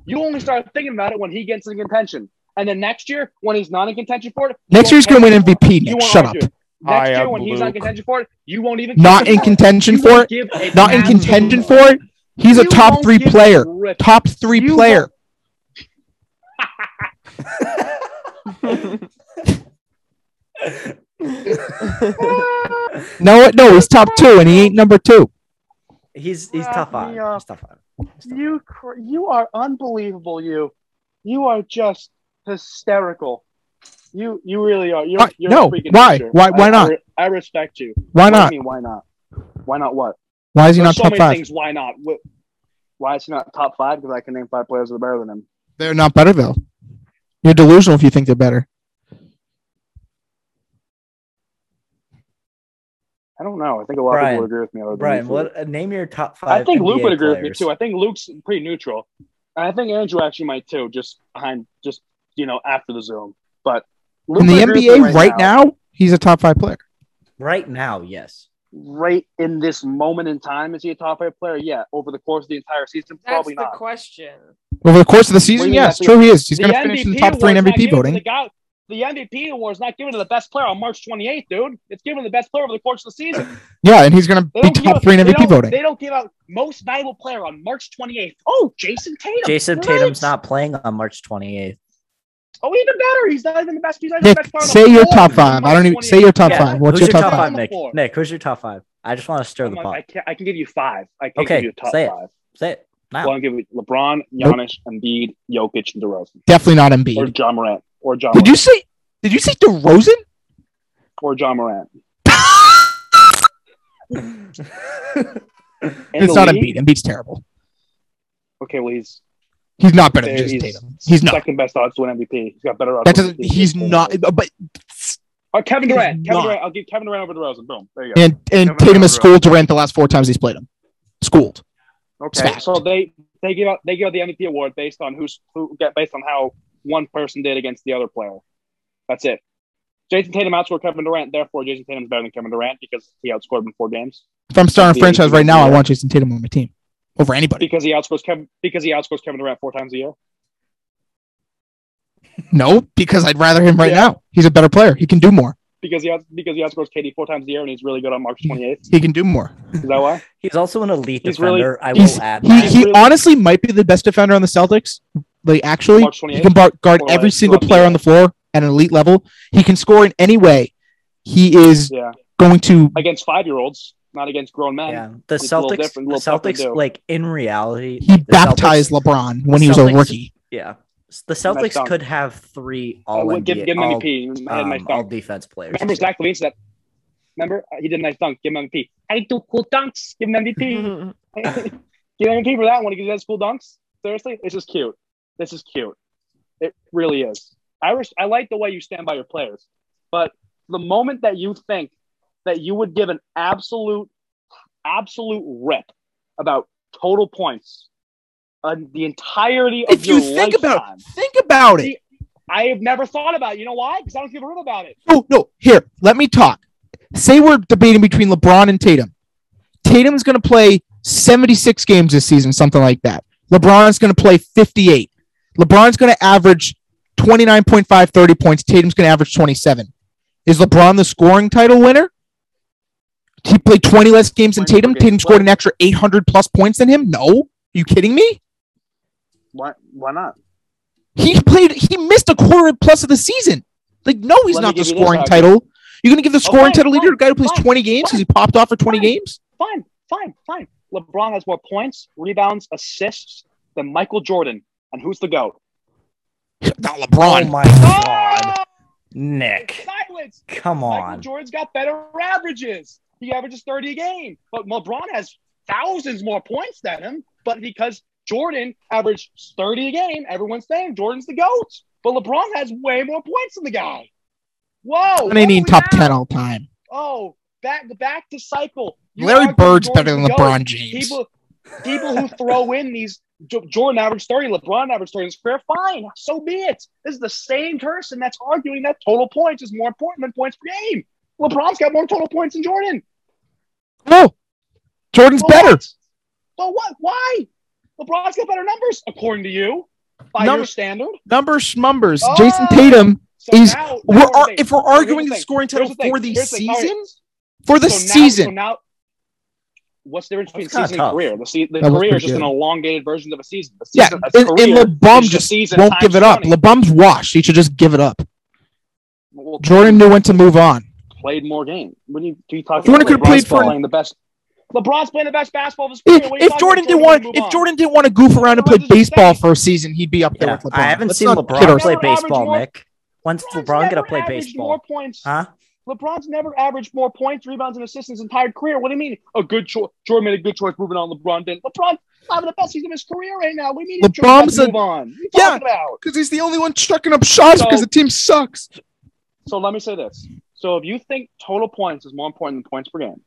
D: You only start thinking about it when he gets in contention, and then next year when he's not in contention for it. you
C: Next
D: won't
C: year he's going to win
D: care.
C: MVP.
D: You
C: Nick.
D: won't
C: Shut up.
D: argue it. Next
A: I
D: year
A: am
D: when he's not in
A: Luke.
D: contention for it, you won't even
C: Not in
D: care.
C: contention
D: You
C: for
D: won't
C: it.
D: give a
C: Not in
D: absolute-
C: contention for it. He's a
D: You
C: top
D: won't
C: three
D: give a
C: player.
D: rip.
C: Top three
D: You
C: player. No, no, he's top two, and he ain't number two.
B: He's he's
D: Wrap
B: top
D: me
B: five.
D: up.
B: He's top five.
D: You cr- you are unbelievable. You you are just hysterical. You you really are. You're,
C: Why-
D: you're
C: no,
D: a freaking
C: why?
D: teacher.
C: Why- why
D: I-
C: not?
D: I, re- I respect you.
C: Why
D: What do you
C: not?
D: mean, why not? Why not? What?
C: Why is he
D: There's
C: not
D: so
C: top
D: many
C: five?
D: things. Why not? Wh- Why is he not top five? Because I can name five players that are better than him.
C: They're not better though. You're delusional if you think they're better.
D: I don't know. I think a lot of
B: Brian.
D: people would agree with me. other than
B: Brian,
D: you.
B: what uh, name your top five?
D: I think Luke
B: NBA
D: would agree with me
B: players.
D: too. I think Luke's pretty neutral, and I think Andrew actually might too. Just behind, just you know, after the Zoom. But Luke
C: In the
D: would agree with me
C: NBA right, now, he's a top five player.
B: Right now, yes.
D: right in this moment in time is he a top five player? Yeah, over the course of the entire season,
A: That's
D: probably
A: the
D: not.
A: question.
C: Over the course of the season,
D: mean
C: yes,
D: that's the-
C: true he is. He's going
D: The
C: to finish in the
D: MVP
C: top three in
D: award's not
C: MVP
D: given to
C: voting.
D: The, guy, the MVP award's not given to the best player on March 28th, dude. It's given to the best player over the course of the season.
C: Yeah, and he's going to
D: They
C: be
D: don't give
C: top
D: out-
C: three in
D: they
C: MVP
D: don't-
C: voting.
D: They don't give out most valuable player on March 28th. Oh, Jason Tatum.
B: Jason
D: What?
B: Tatum's not playing on March 28th.
D: Oh, even better. He's not even the best. He's not even
C: Nick,
D: the best player on
C: say
D: the
C: your
D: floor
C: top
D: on
C: five. I
D: March
C: don't even say
D: 28th.
C: your top
B: Yeah.
C: five. What's
B: Who's
C: your
B: your
C: top,
B: top
C: five?
D: on the
B: Nick?
D: floor.
B: Nick, who's your top five? I just want to stir
D: I'm
B: the
D: like,
B: pot.
D: I can I can give you five. I can
B: Okay,
D: give you a top
B: say it.
D: five.
B: Say it now.
D: Well, I'll give you LeBron,
C: Nope.
D: Giannis, Embiid, Jokic, and DeRozan,
C: Definitely not
D: or
C: Embiid.
D: John Morant, or John.
C: Did
D: Morant.
C: you say? Did you say DeRozan?
D: or John Morant. In
C: It's
D: the
C: not
D: league?
C: Embiid. Embiid's terrible.
D: Okay, well he's
C: He's not better than
D: he's,
C: Jason Tatum. He's not.
D: second best odds to win MVP. He's got better odds.
C: That
D: to win
C: doesn't.
D: MVP.
C: He's not. But
D: Or Uh, Kevin
C: he's
D: Durant. Kevin
C: not.
D: Durant. I'll give Kevin Durant over DeRozan. Boom. There you go.
C: and and
D: Kevin
C: Tatum has
D: Durant.
C: schooled Durant the last four times he's played him. Schooled.
D: okay,
C: fact.
D: so they they give out they give out the MVP award based on who's who get based on how one person did against the other player. That's it. Jason Tatum outscored Kevin Durant. Therefore, Jason Tatum's better than Kevin Durant because he outscored him in four games.
C: If I'm starting a
D: Yeah,
C: franchise
D: you can
C: right
D: do
C: now, I
D: that.
C: want Jason Tatum on my team over anybody.
D: Because he outscores Kevin because he outscores Kevin Durant four times a year.
C: No, because I'd rather him right
D: Yeah.
C: now. He's a better player. He can do more.
D: Because he outs because he outscores KD four times a year and he's really good on March twenty eighth.
C: He can do more.
D: Is that why?
B: he's also an elite
D: He's really-
B: defender. I
C: He's,
B: will add.
C: he,
B: that.
C: he
D: Really-
C: honestly might be the best defender on the Celtics. Like actually,
D: March
C: he
D: 28th?
C: can bar- guard
D: Or,
C: every
D: like,
C: single
D: throughout the
C: player on
D: year.
C: the floor at an elite level. He can score in any way. He is
D: Yeah.
C: going to
D: Against five year olds, not against grown men.
B: Yeah, the
D: It's a little
B: Celtics. The
D: different- little tougher to
B: Celtics,
D: do.
B: like in reality,
C: he
B: the
C: baptized
B: Celtics-
C: LeBron when he was a
B: Celtics-
C: rookie.
B: Yeah, the
D: Nice
B: Celtics
D: dunk.
B: could have three
D: Uh,
B: all
D: well, give, give him
B: all,
D: MVP. I had a nice
B: um, all
D: dunk.
B: defense players.
D: Remember
B: this year.
D: Zach Levine said that. Remember Uh, he did a nice dunk. Give him MVP. I do cool dunks. Give him
C: Mm-hmm.
D: MVP. give him MVP for that one because he does cool dunks. Seriously, this is cute. This is cute. It really is. I res- I like the way you stand by your players, but the moment that you think that you would give an absolute absolute rip about total points, uh, the entirety of
C: If
D: your
C: you think
D: lifetime.
C: about think about it.
D: I have never thought about it. You know why? Because I don't give a rip about it.
C: No, no. Here, let me talk. say we're debating between LeBron and Tatum. Tatum's going to play 76 games this season, something like that. LeBron's going to play 58. LeBron's going to average 29.5, 30 points. Tatum's going to average 27. Is LeBron the scoring title winner? He played 20 less games than
D: 24
C: Tatum.
D: games
C: Tatum scored an
D: played.
C: extra 800 plus points than him. No, you kidding me?
D: Why? Why not?
C: He played. He missed a quarter plus of the season. Like, no, he's
D: Let me
C: not the
D: give you this
C: scoring
D: argument. Oh,
C: title. You're gonna give the scoring
D: fine,
C: title leader to a guy who plays
D: fine,
C: 20 games because he popped off for 20
D: fine.
C: games?
D: Fine, fine, fine. LeBron has more points, rebounds, assists than Michael Jordan. And who's the goat?
C: Not
B: Oh
C: LeBron.
B: my god, Nick!
D: Silence.
B: Come
D: Oh, Michael
B: on.
D: Jordan's got better averages. He averages 30 a game, but LeBron has thousands more points than him. But because Jordan averaged 30 a game, everyone's saying Jordan's the GOAT. But LeBron has way more points than the guy. Whoa.
C: and I
D: where
C: need
D: are we
C: top
D: now?
C: 10 all time.
D: Oh, back back to cycle. You
C: Larry
D: argue
C: Bird's
D: Jordan's
C: better than
D: the GOAT.
C: LeBron James.
D: People, people who throw in these Jo- Jordan average thirty, LeBron average thirty, it's fair. Fine, so be it. This is the same person that's arguing that total points is more important than points per game. LeBron's got more total points than Jordan.
C: No, Jordan's
D: But
C: better.
D: what? But what? Why? LeBron's got better numbers according to you by
C: Number-
D: your standard.
C: Number schmumbers.
D: Oh,
C: Jason Tatum.
D: So
C: He's-
D: now,
C: We're
D: now
C: ar-
D: we're
C: if we're
D: here's
C: arguing
D: the
C: the
D: thing.
C: scoring title
D: Here's the thing.
C: for the
D: Here's the thing. All right.
C: season, for the
D: So now-
C: season,
D: so now, what's the difference between
B: That's kinda
D: season
B: tough.
D: and career? The, se- the
C: That was
D: career is
C: pretty
D: just an
C: good.
D: elongated version of a season. The
C: yeah,
D: season a
C: and, and
D: career
C: LeBum
D: is
C: just
D: season
C: won't
D: times
C: give it up.
D: 20.
C: LeBum's washed. He should just give it up.
D: Well,
C: Jordan knew when to move on.
D: played more games. What do you, do you talk
C: Jordan
D: about?
C: could've played
D: LeBron's
C: for-
D: playing the best. LeBron's playing the best basketball of his career.
C: If,
D: What are you
C: if
D: talking
C: Jordan
D: about?
C: didn't want,
D: can move
C: if
D: on.
C: Jordan didn't want to goof around and play
D: LeBron doesn't
C: baseball
D: say-
C: for a season, he'd be up there
B: Yeah,
C: with LeBron.
B: I haven't
C: Let's
B: seen
C: not
B: LeBron
C: kid
D: never
C: ourselves.
B: play
D: averaged
B: baseball,
D: more-
B: Nick. When's
D: LeBron's
B: LeBron
D: never
B: gonna play
D: averaged More
B: baseball?
D: points.
B: Huh?
D: LeBron's never averaged more points, rebounds, and assists his entire career. What do you mean? A good choice. Jordan made a good choice moving on. LeBron didn't. LeBron's having the best season of his career right now. We need him
C: LeBron's
D: to
C: a-
D: move on. What are you
C: Yeah.
D: talking about?
C: because he's the only one chucking up shots
D: So-
C: because the team sucks.
D: So let me say this. So if you think total points is more important than points per game,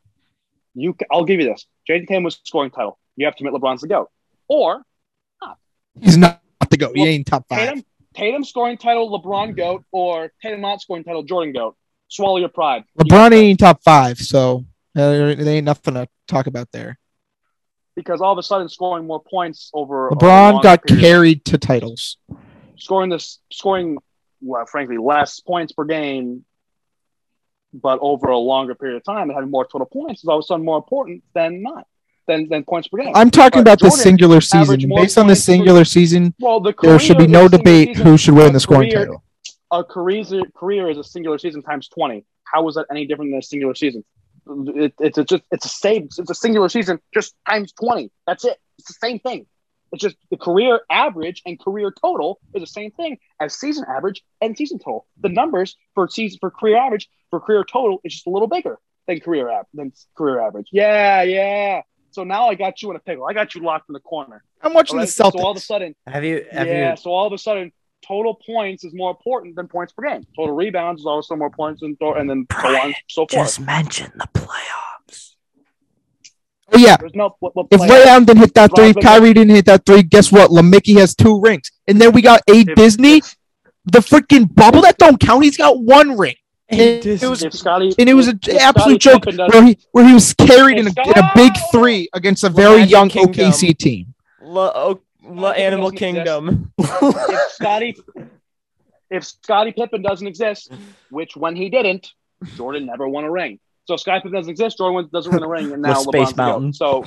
D: you ca- I'll give you this. Jaden Tatum was scoring title. You have to admit LeBron's the goat. Or
C: He's not to go. He
D: Well,
C: ain't top five.
D: Tatum, Tatum scoring title, LeBron goat, or Tatum not scoring title, Jordan goat. Swallow your pride.
C: LeBron ain't top five, so uh, there there ain't nothing to talk about there.
D: because all of a sudden scoring more points over a
C: LeBron
D: long
C: got
D: period-
C: carried to titles.
D: scoring this scoring well, frankly less points per game, but over a longer period of time and having more total points is all of a sudden more important than not than than points per game.
C: I'm talking
D: But
C: about this
D: Jordan
C: singular season.
D: averaged more
C: Based on this
D: points per-
C: singular season,
D: Well, the
C: there should be
D: career
C: no
D: is a single
C: debate
D: season.
C: who should win the scoring
D: career-
C: title.
D: A career career is a singular season times twenty. How is that any different than a singular season? It, it's a just it's a same it's a singular season just times twenty. That's it. It's the same thing. It's just the career average and career total is the same thing as season average and season total. The numbers for season for career average for career total is just a little bigger than career av- than career average. Yeah, yeah. So now I got you in a pickle. I got you locked in the corner.
C: I'm watching
D: All right?
C: the
D: So
C: Celtics.
D: all of a sudden
B: Have you? Have
D: yeah,
B: you?
D: so all of a sudden, total points is more important than points per game. Total rebounds is also more points than, and then so on and so forth.
B: Just mention the playoffs.
C: oh yeah,
D: There's no what, what
C: if
D: playoff-
C: Ray Allen didn't hit that three,
D: Robin-
C: Kyrie didn't hit that three. Guess what? Lamicky has two rings, and then we got a
D: if-
C: Disney,
D: If,
C: the freaking bubble that don't count. He's got one ring. And it was
D: if Scotty,
C: and it was
D: if-
C: an
D: if Scottie
C: absolute joke
D: Pippen does-
C: where he where he was carried in a,
D: It's
C: in a big
D: gone!
C: three against a very
A: Magic
C: young
A: Kingdom.
C: OKC team.
A: La, oh, La Animal Kingdom.
D: if Scotty, if Scotty Pippen doesn't exist, which when he didn't, Jordan never won a ring. So if Scotty Pippen doesn't exist, Jordan wins- doesn't win a ring, and
B: With
D: now
B: Space
D: LeBron's the GOAT.
B: Mountain.
D: So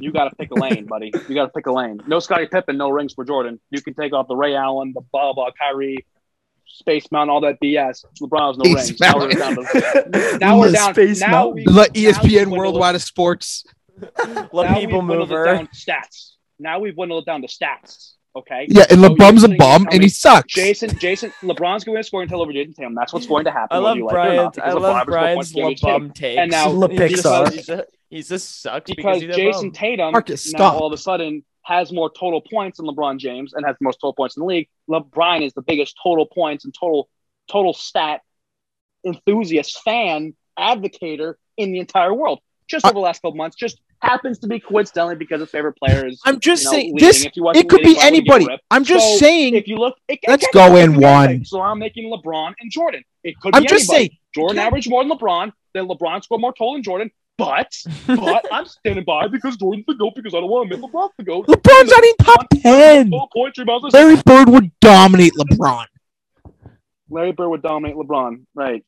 D: you got to pick a lane, buddy. You got to pick a lane. No Scotty Pippen, no rings for Jordan. You can take off the Ray Allen, the Baba, Kyrie, Space Mountain, all that BS. LeBron has no
C: Space
D: rings. Now we're down. To, now we're
B: The
D: down.
B: Space
D: now
B: Mountain.
D: we, now
C: The E
D: we've
C: ESPN
D: dwindled it-
C: Worldwide of Sports.
D: now
A: La
D: we've
A: People
D: dwindled it
A: Mover.
D: down to Stats. Now we've dwindled it down to stats. Okay.
C: Yeah, and
D: So
C: LeBum's
D: oh, you're
C: a bum,
D: telling
C: and
D: me
C: he sucks.
D: Jason, Jason, LeBron's going to score until over Jason Tatum. That's what's going to happen.
A: I
D: whether
A: love
D: you like it or
A: Brian's.
D: not,
A: I
D: because
A: love
D: LeBron is
A: Brian's
D: going to score against Tatum.
A: LeBum takes.
D: And now-
B: La
A: he just,
B: Pixar.
A: he's a- he just sucks because,
D: Because
A: he's a
D: Jason
A: bum.
D: Tatum
C: Marcus,
D: now
C: stop.
D: all of a sudden has more total points than LeBron James and has the most total points in the league. LeBron is the biggest total points and total total stat enthusiast, fan, advocator in the entire world. Just over the last couple months, just happens to be coincidentally because his favorite player is.
C: I'm just
D: you know,
C: saying
D: leaving.
C: this.
D: If you watch
C: It could
D: Leading,
C: be
D: why would you get
C: anybody.
D: ripped?
C: I'm just
D: So,
C: saying.
D: if you look, it, it
C: Let's
D: can-
C: go
D: it
C: in
D: can be
C: one.
D: anything. So I'm making LeBron and Jordan. It could be
C: I'm just
D: anybody.
C: saying.
D: Jordan
C: Okay.
D: averaged more than LeBron. that LeBron scored more total than Jordan, but but I'm standing by because Jordan's the goat because I don't want to miss LeBron the goat.
C: LeBron's not in top ten.
D: Four points, rebounds, assists.
C: Larry Bird would dominate LeBron.
D: Larry Bird would dominate LeBron. Right.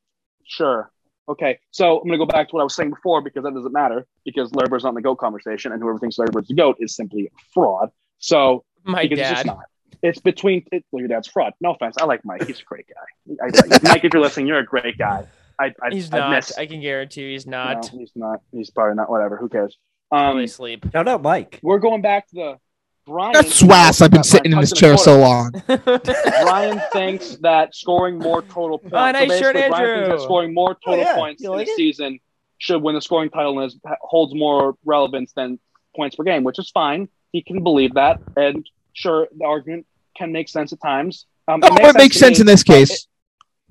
D: Sure. Okay. So I'm going to go back to what I was saying before because that doesn't matter because Larry Bird's not in the GOAT conversation and whoever thinks Larry Bird's the GOAT is simply fraud. So
A: My
D: because it's
A: dad.
D: just not. It's between it, well, your dad's fraud. No offense. I like Mike. He's a great guy. I like- Mike, if you're listening, you're a great guy. I, I,
A: he's
D: I
A: not.
D: miss-
A: I can guarantee you he's
D: no,
A: not.
D: he's not. He's probably not. Whatever. Who cares?
A: Probably
D: Um,
A: sleep.
B: Shout out Mike.
D: we're going back to the Brian.
C: That's swass. I've been sitting in this chair so long.
D: Brian thinks that scoring more total points.
A: Oh, nice shirt,
D: basically, Brian thinks
A: Andrew.
D: that scoring more total
B: Oh, yeah.
D: points
B: You
D: in
B: like
D: a
B: it?
D: season should win the scoring title and is, holds more relevance than points per game, which is fine. He can believe that, and sure, the argument can make sense at times. Um,
C: Oh, it makes
D: to
C: sense
D: me,
C: in this case.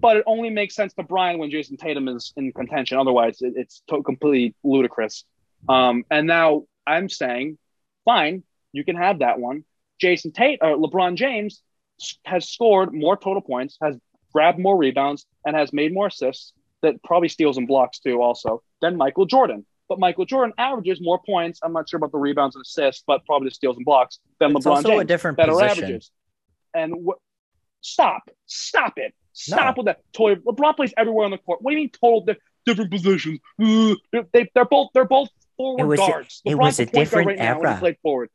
D: but it only makes sense to Brian when Jason Tatum is in contention. Otherwise, it, it's to- completely ludicrous. Um, and now I'm saying, fine, you can have that one. Jason Tate, uh, LeBron James s- has scored more total points, has grabbed more rebounds, and has made more assists. That probably steals and blocks too, also than Michael Jordan. But Michael Jordan averages more points. I'm not sure about the rebounds and assists, but probably the steals and blocks than
B: It's
D: LeBron
B: also
D: James
B: a different
D: better
B: position.
D: averages. And wh- stop, stop it, stop with that toy. LeBron plays everywhere on the court. What do you mean total di- different positions? Ugh. They, they're both they're both forward
B: It was a-
D: guards.
B: it
D: LeBron's
B: was
D: the
B: a
D: point guard
B: different
D: right now when he
B: era.
D: played forward.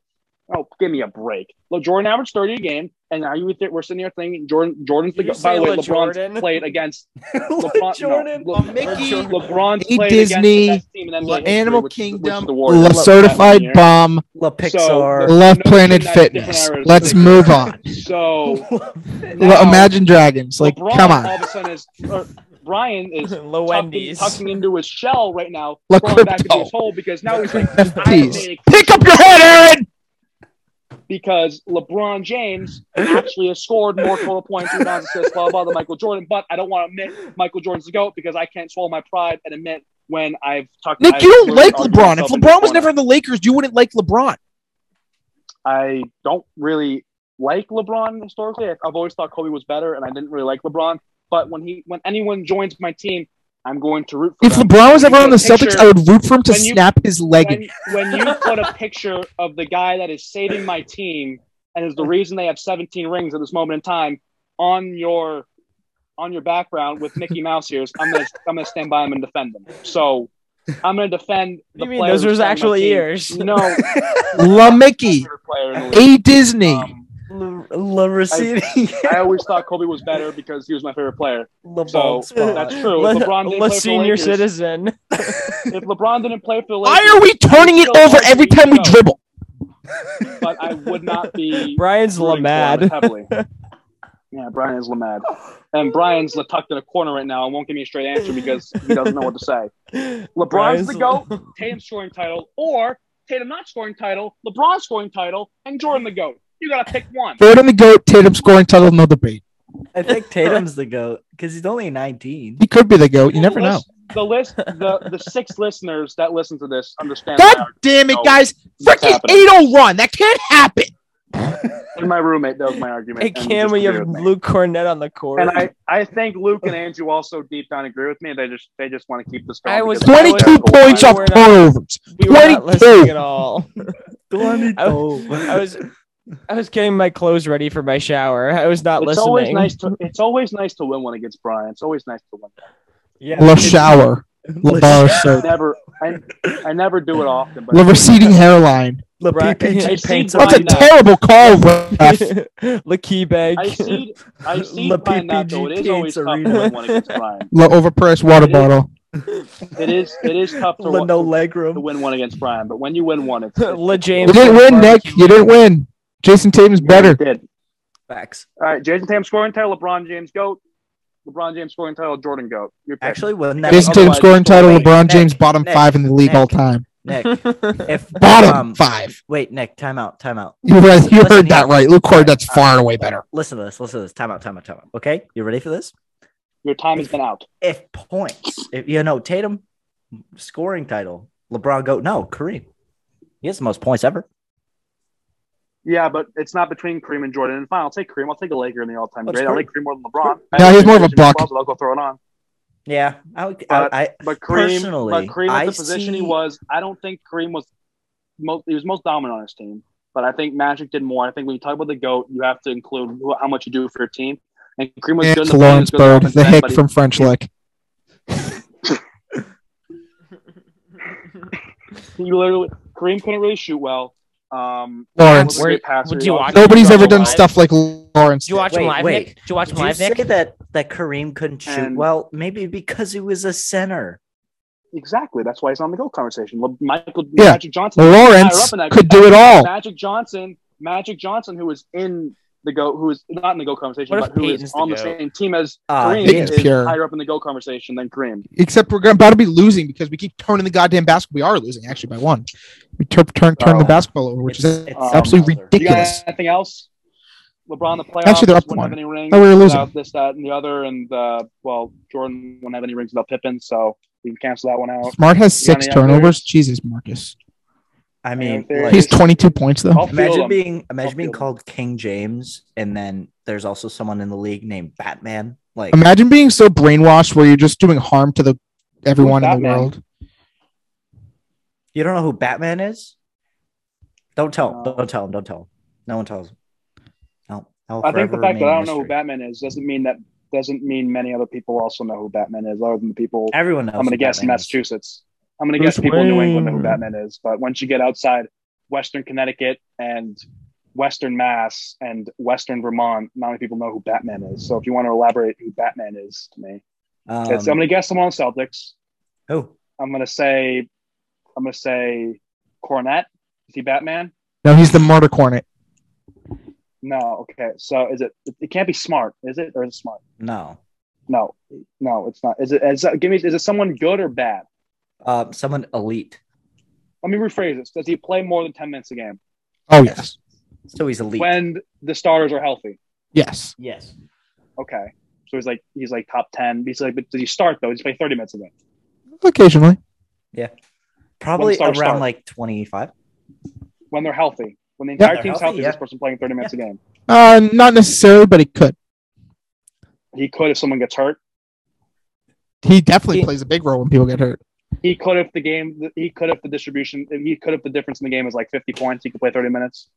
D: Oh, give me a break. Le- Jordan averaged thirty a game, and now you think we're sitting here thinking Jordan Jordan's the
A: Did you
D: go- by
A: say
D: the way
A: Le
D: LeBron
A: Jordan?
D: played against
B: LeBron,
D: LeBron.
B: Jordan.
D: no,
A: Oh,
D: Le-
A: Mickey.
D: LeBron
C: Hey,
D: played
C: Disney.
D: against the best team in
C: La
D: NBA history,
C: Animal
D: which- which is
C: Kingdom,
D: the
C: La
D: Warriors.
C: Certified Bomb,
B: La
D: So,
B: Pixar.
D: the-
C: Love
D: No,
C: Planet
D: that's different
C: Fitness.
D: era.
C: Let's move on.
D: So
C: Lo-
D: now-
C: Imagine Dragons. Like,
D: LeBron
C: come on.
D: All of a sudden, is or Brian is
A: Low
D: tucking,
A: Wendy's.
D: tucking into his shell right now,
C: La
D: going back into
C: Crypto.
D: his hole because now he's like,
C: Rest in
D: I have
C: peace.
D: made a-
C: Pick up your head, Aaron.
D: because LeBron James actually has scored more total points, rebounds, assists, blah blah, than Michael Jordan. But I don't want to admit Michael Jordan's the goat because I can't swallow my pride and admit when I've tucked.
C: Nick,
D: I've
C: you don't
D: really
C: like
D: argued
C: LeBron. If
D: myself into a
C: LeBron was
D: corner.
C: never in the Lakers, you wouldn't like LeBron.
D: I don't really like LeBron historically. I- I've always thought Kobe was better, and I didn't really like LeBron. But when he, when anyone joins my team, I'm going to root for
C: If
D: them.
C: LeBron was ever on the
D: Picture-
C: Celtics, I would root for him to
D: when you-
C: snap his leg. in.
D: when, when you put a picture of the guy that is saving my team and is the reason they have 17 rings at this moment in time on your on your background with Mickey Mouse ears, I'm gonna I'm gonna stand by him and defend him. So I'm gonna defend. The
A: you mean
D: player
A: those
D: who's
A: were his
D: saving
A: actual
D: my team.
A: ears?
D: No,
C: La Mickey,
D: favorite player in the league.
C: a Disney.
D: Um,
B: La, La receding.
D: I always thought Kobe was better because he was my favorite player.
B: La
D: So
B: bald spot.
D: that's true.
A: Le-
D: If LeBron
A: Le
D: didn't play for the
A: senior
D: Lakers,
A: citizen.
D: If LeBron didn't play for the Lakers,
C: Why are we turning it over every time we dribble?
D: But I would not be
A: Brian's
D: rooting for him
A: Lamad.
D: heavily. yeah, Brian is Lamad, and Brian's tucked in a corner right now and won't give me a straight answer because he doesn't know what to say. LeBron's
A: Brian's-
D: the goat, Tatum scoring title, or Tatum not scoring title, LeBron scoring title, and Jordan the goat. You gotta pick one.
C: Bird and the goat, Tatum scoring title, no debate.
B: I think Tatum's the goat because he's only 19.
C: He could be the goat. You never
D: the
C: know.
D: list, know. The list, the the six listeners that listen to this understand.
C: God
D: that.
C: damn it,
D: No,
C: guys!
D: what's
C: Freaking
D: happening.
C: 8 run. That can't happen.
D: And my roommate, that was my argument.
A: A
D: and he
A: cameo
D: disagreed
A: of
D: with me.
A: Luke Cornett on the court.
D: And I, I think Luke and Andrew also deep down agree with me. They just they just want to keep this going.
A: I was-
D: because-
C: 22
A: I
C: points off
A: We're not-
C: turnovers.
A: we were not
C: 22.
A: listening at all. I was- I
B: I
A: was I was getting my clothes ready for my shower. I was not
D: it's
A: listening.
D: always nice to it's always nice to win one against Brian. It's always nice to win.
A: Yeah.
C: La shower. La bar
D: I
C: soap.
D: never I, I never do it often, but
C: La receding hairline.
B: La
A: Right. I
B: PPG
D: see
B: paints
C: That's
B: on
C: a
D: Brian-
C: terrible call, ref.
A: La key bag.
D: I see I see
B: La
D: Brian that though. It is
B: PPG
D: always tough to
B: Arena.
D: win one against Brian.
C: La overpriced water bottle.
D: It is it is tough to,
B: La no
D: win,
B: leg
D: to
B: room.
D: win one against Brian, but when you win one, it's, it's
A: La James.
C: You didn't win, Nick. You didn't win. Jason Tatum's better.
D: It did.
B: Facts.
D: All right, Jason Tatum scoring title, LeBron James goat, LeBron James scoring title, Jordan goat. Your pick.
B: Actually, wouldn't that
C: Jason
D: Otherwise,
C: Tatum scoring
D: it's all
C: title.
D: right.
C: LeBron
B: Nick,
C: James bottom
B: Nick,
C: five in the league
B: Nick.
C: all time.
B: Nick, if
C: Bottom
B: um,
C: five.
B: wait, Nick, time out, time out.
C: You heard, you
B: Listen
C: heard
B: here.
C: that right. Luke Cornett's far and away better.
B: Listen to this. Listen to this. Time out, time out, time out. Okay, you ready for this?
D: Your time has been out.
B: If points, if you know Tatum scoring title, LeBron go no Kareem. He has the most points ever.
D: Yeah, but it's not between Kareem and Jordan. And fine, I'll take Kareem. I'll take a Laker in the all-time
B: Let's
D: great.
B: go.
D: I like Kareem more than LeBron.
C: No, he's more of a
D: Well,
C: bucket.
D: but I'll go throw it on.
B: Yeah, I would.
D: But-
B: I, I
D: But Kareem,
B: Personally,
D: but Kareem at
B: I
D: the position he
B: see-
D: was, I don't think Kareem was most. He was most dominant on his team, but I think Magic did more. I think when you talk about the goat, you have to include who, how much you do for your team. And Kareem was
C: And
D: good. in
C: it's
D: the
C: Lawrence
D: defense, good in
C: Bird,
D: offense,
C: the hick
D: but he-
C: from French Lick.
D: You literally Kareem couldn't really shoot well. Um,
C: Lawrence.
D: wasn't a
A: Where-
D: great passer.
A: would
D: He
A: you
D: also
A: watch-
C: Nobody's
D: didn't
C: ever
D: dribble
C: done
D: well.
C: stuff like Lawrence.
A: Did you watch
B: Wait,
A: him live,
B: wait.
A: Nick? Did you watch
B: did
A: him
B: you
A: live,
B: say
A: Nick?
B: that that Kareem couldn't shoot
D: And-
B: well? Maybe because he was a center.
D: Exactly. That's why he's on the goat conversation. Le- Michael
C: Yeah.
D: Magic Johnson. higher
C: Lawrence
D: up in that-
C: could do it all.
D: Magic Johnson. Magic Johnson, who was in the goat, who is not in the goat conversation,
A: What if
D: but who
A: Peyton's
D: is
A: the
D: on the
A: GOAT?
D: same team as
B: Ah,
D: Kareem,
C: Peyton's
D: is
C: pure.
D: higher up in the goat conversation than Kareem.
C: Except we're about to be losing because we keep turning the goddamn basketball. We are losing actually by one. We tur turn turn the
D: Oh.
C: basketball over, which is
B: It's- it's
C: absolutely
B: another.
D: You got
C: ridiculous.
D: anything else? LeBron, the playoffs.
C: Actually, they're up
D: wouldn't
C: one.
D: have any rings.
C: Oh, we were losing.
D: without This, that, and the other, and uh, well, Jordan won't have any rings without Pippen, so we can cancel that one out.
C: Smart has
D: You got
C: six
D: any others?
C: turnovers. Jesus, Marcus.
B: I mean,
D: there
B: like,
C: He's twenty two points though.
D: I'll field
B: imagine
D: him.
B: being imagine
D: I'll
B: being
D: feel them.
B: called King James, and then there's also someone in the league named Batman. Like,
C: Imagine being so brainwashed where you're just doing harm to the everyone in the
D: Batman?
C: world.
B: you don't know who Batman is? Don't tell.
D: No.
B: Don't tell him. Don't tell him. No one tells him. No. I'll
D: I think
B: forever
D: the fact that
B: remain
D: I
B: a
D: don't know who
B: mystery.
D: Batman is doesn't mean that doesn't mean many other people also know who Batman is, other than the people
B: Everyone knows.
D: I'm going to
B: who
D: guess
B: Batman is.
D: Massachusetts. I'm going to
A: Bruce
D: guess people in New England know who
A: Wayne.
D: Batman is, but once you get outside Western Connecticut and Western Mass and Western Vermont, not many people know who Batman is. So if you want to elaborate who Batman is to me,
B: Um,
D: it's- I'm going to guess someone on Celtics.
B: oh,
D: I'm going to say, I'm going to say Cornette. Is he Batman?
C: No, he's the murder cornet.
D: No. Okay. So is it? It can't be smart, is it? Or is it smart?
B: no.
D: No, no, it's not. Is it? Is give me. Is it someone good or bad?
B: Uh, someone elite.
D: Let me rephrase this. Does he play more than ten minutes a game
C: Oh yes,
B: So he's elite.
D: when the starters are healthy?
C: yes.
B: yes.
D: Okay, so he's like he's like top ten. He's like, but did he start though? He's played thirty minutes a game.
C: Occasionally,
B: Probably
D: stars
B: around
D: start.
B: like 25.
D: When they're healthy, when the
B: Yeah,
D: entire
B: they're
D: team's
B: healthy,
D: healthy, is this
B: yeah.
D: person playing thirty minutes a game.
C: uh, not necessarily, but it could.
D: He could if someone gets hurt.
C: He definitely
B: He-
C: plays a big role when people get hurt.
D: He could if the game. He could if the distribution. He could if the difference in the game is like fifty points. He could play thirty minutes.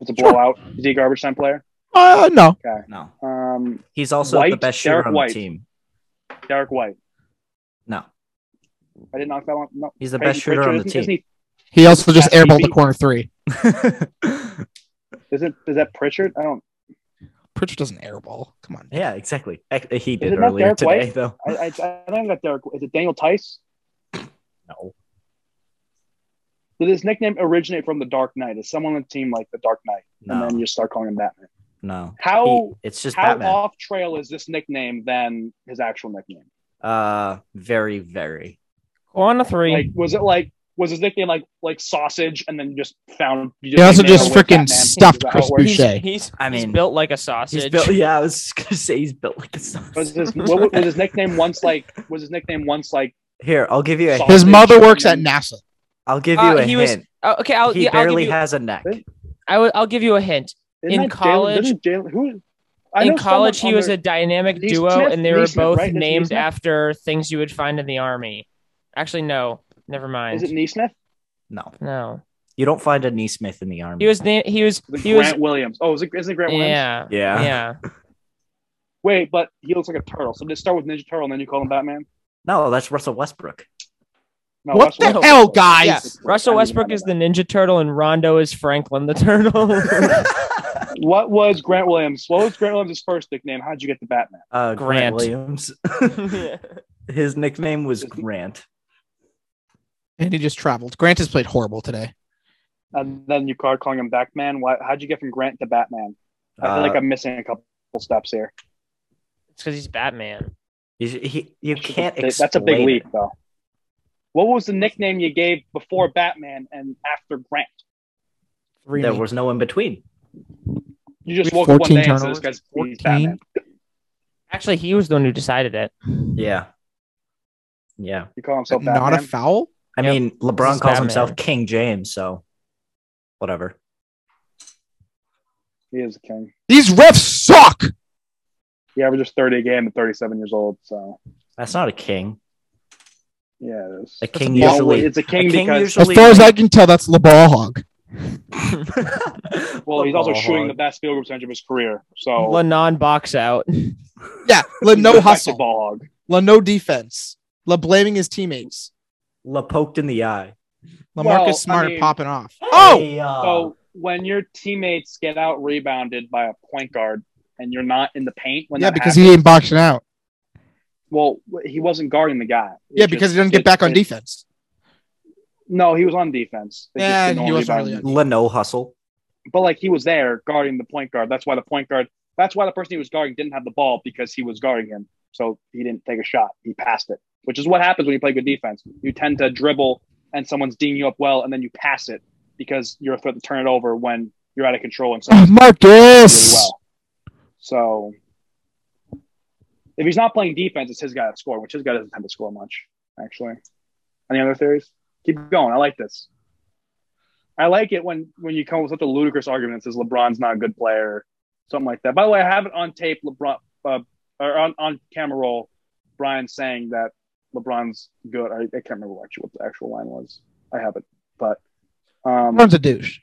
D: It's a
C: Sure.
D: blowout. Is he a garbage time player?
C: Uh, no,
B: No.
D: Um,
B: He's also the
D: White,
B: best shooter
D: Derek
B: on
D: White.
B: the team.
D: Derek White.
B: No.
D: I didn't knock that one. No,
B: He's the
D: Peyton
B: best shooter on the
D: Pritchard, isn't- isn't
B: team.
D: he-
C: he also just
D: That's
C: airballed
D: easy.
C: the corner three.
D: Isn't is that Pritchard? I don't.
C: Pritchard doesn't airball. Come on.
B: yeah, exactly. Ac- He did
D: it not
B: earlier
D: Derek
B: today,
D: White?
B: though.
D: I I, I think that Derek is it Daniel Tice.
B: No.
D: Did his nickname originate from the Dark Knight? Is someone on the team like the Dark Knight, and then
B: No.
D: you just start calling him Batman?
B: No. He-
D: How
B: it's just
D: how
B: Batman.
D: off trail is this nickname than his actual nickname?
B: Uh, very, very.
A: Go on a three.
D: Like, was it like was his nickname like like sausage, and then you just found? You
C: He also
D: nicknamed
C: just
D: him with
C: frickin'
D: Batman?
C: stuffed
D: Is that how
C: Chris
D: it works?
A: he's,
C: Boucher.
A: he's,
B: I
A: he's
B: mean,
A: built like a
B: He's
A: sausage.
B: built. Yeah, I was gonna say he's built like a
D: Was
B: sausage.
D: his what, was- was his nickname once like? Was his nickname once like?
B: Here, I'll give you a.
D: Sausage.
C: His mother works at
D: and-
C: NASA.
B: I'll give you
A: Uh,
B: a
A: he was-
B: hint.
A: Oh, okay, I'll,
B: he
A: yeah, I'll give
B: barely
A: you.
B: has a neck.
A: I will, I'll give you a hint.
D: isn't
A: In
D: that Jalen-
A: college-
D: isn't Jalen- who? I know
A: In
D: someone
A: college, he
D: on
A: was
D: their-
A: a dynamic
D: Lee
A: duo,
D: Smith-
A: and they
D: Lee
A: were
D: Smith,
A: both
D: right? Is it Lee
A: named
D: Smith?
A: after things you would find in the army. Actually, no, never mind.
D: Is it Neesmith?
B: No,
A: no,
B: you don't find a Neesmith in the army.
A: he was. Na- he was.
D: Is it
A: He was.
D: Grant Williams. Oh, is it, is it Grant Williams?
A: Yeah,
B: yeah.
A: yeah.
D: Wait, but he looks like a turtle. So just start with Ninja Turtle and then you call him Batman?
B: No, that's Russell Westbrook.
D: No,
C: what
D: Russell
C: the
D: Westbrook.
C: hell, guys?
A: Yeah, Russell
D: I didn't
A: Westbrook
D: know
A: is the Ninja Turtle, and Rondo is Franklin the Turtle.
D: What was Grant Williams? What was Grant Williams' first nickname? How'd you get the Batman?
B: Uh, Grant.
A: Grant.
B: Williams. His nickname was Grant.
C: And he just traveled. Grant has played horrible today.
D: And then you start calling him Batman. Why, how'd you get from Grant to Batman? I feel
B: Uh,
D: like I'm missing a couple steps here.
A: It's because he's Batman.
B: You, he, you can't
D: That's a big
B: explain
D: leap,
B: it.
D: though. What was the nickname you gave before Batman and after Grant?
C: Three
B: There
C: me.
B: was no in between.
D: You just
C: We
D: woke
C: have
D: up one
C: 14
D: day and said this guy's
C: turnovers, 14.
D: he's Batman.
A: Actually, he was the one who decided it.
B: Yeah. Yeah.
D: You call himself Batman.
C: not a foul.
B: I
A: Yep.
B: mean,
A: This
B: LeBron
A: is
B: calls
A: Batman.
B: himself King James, so whatever.
D: he is a king.
C: These refs suck.
D: He averages 30 a game at 37 years old. So
B: That's not a king.
D: Yeah, it is.
B: A king
D: Well,
B: usually.
D: it's a king
B: king
D: because
C: As
B: usually-
C: far as I can tell, that's LeBall Hog.
D: well, he's also
B: Ball
D: shooting the
B: hog.
D: best field goal percentage of his career. So
A: La non box out.
C: Yeah, La
D: he's
C: no
D: effective
C: hustle,
D: Ball hog.
C: La no defense, La blaming his teammates,
B: La poked in the eye.
C: La
D: Well,
C: Marcus
D: I
C: Smart
D: mean-
C: popping off. Oh,
B: Hey, uh,
D: So when your teammates get out rebounded by a point guard and you're not in the paint when
C: yeah,
D: that
C: because
D: happens,
C: he ain't boxing out.
D: well he wasn't guarding the guy. It
C: Yeah, because
D: just-
C: he doesn't get
D: it-
C: back on
D: it-
C: defense.
D: No, he was on defense. They just
C: Yeah,
D: didn't
C: he
D: want
C: wasn't
D: rebound.
C: really on-
B: La no hustle.
D: But like he was there guarding the point guard. That's why the point guard. That's why the person he was guarding didn't have the ball because he was guarding him. So he didn't take a shot. He passed it, which is what happens when you play good defense. You tend to dribble and someone's dinging you up well, and then you pass it because you're a threat to turn it over when you're out of control and
C: Oh,
D: someone's really
C: Marcus.
D: well. So if he's not playing defense, it's his guy to score, which his guy doesn't tend to score much, actually. Any other theories? Keep going. I like this. I like it when when you come with such a ludicrous argument that says LeBron's not a good player, something like that. By the way, I have it on tape, LeBron uh, or on, on camera roll, Brian saying that LeBron's good. I, I can't remember what actually what the actual line was. I have it, but um,
C: LeBron's a douche.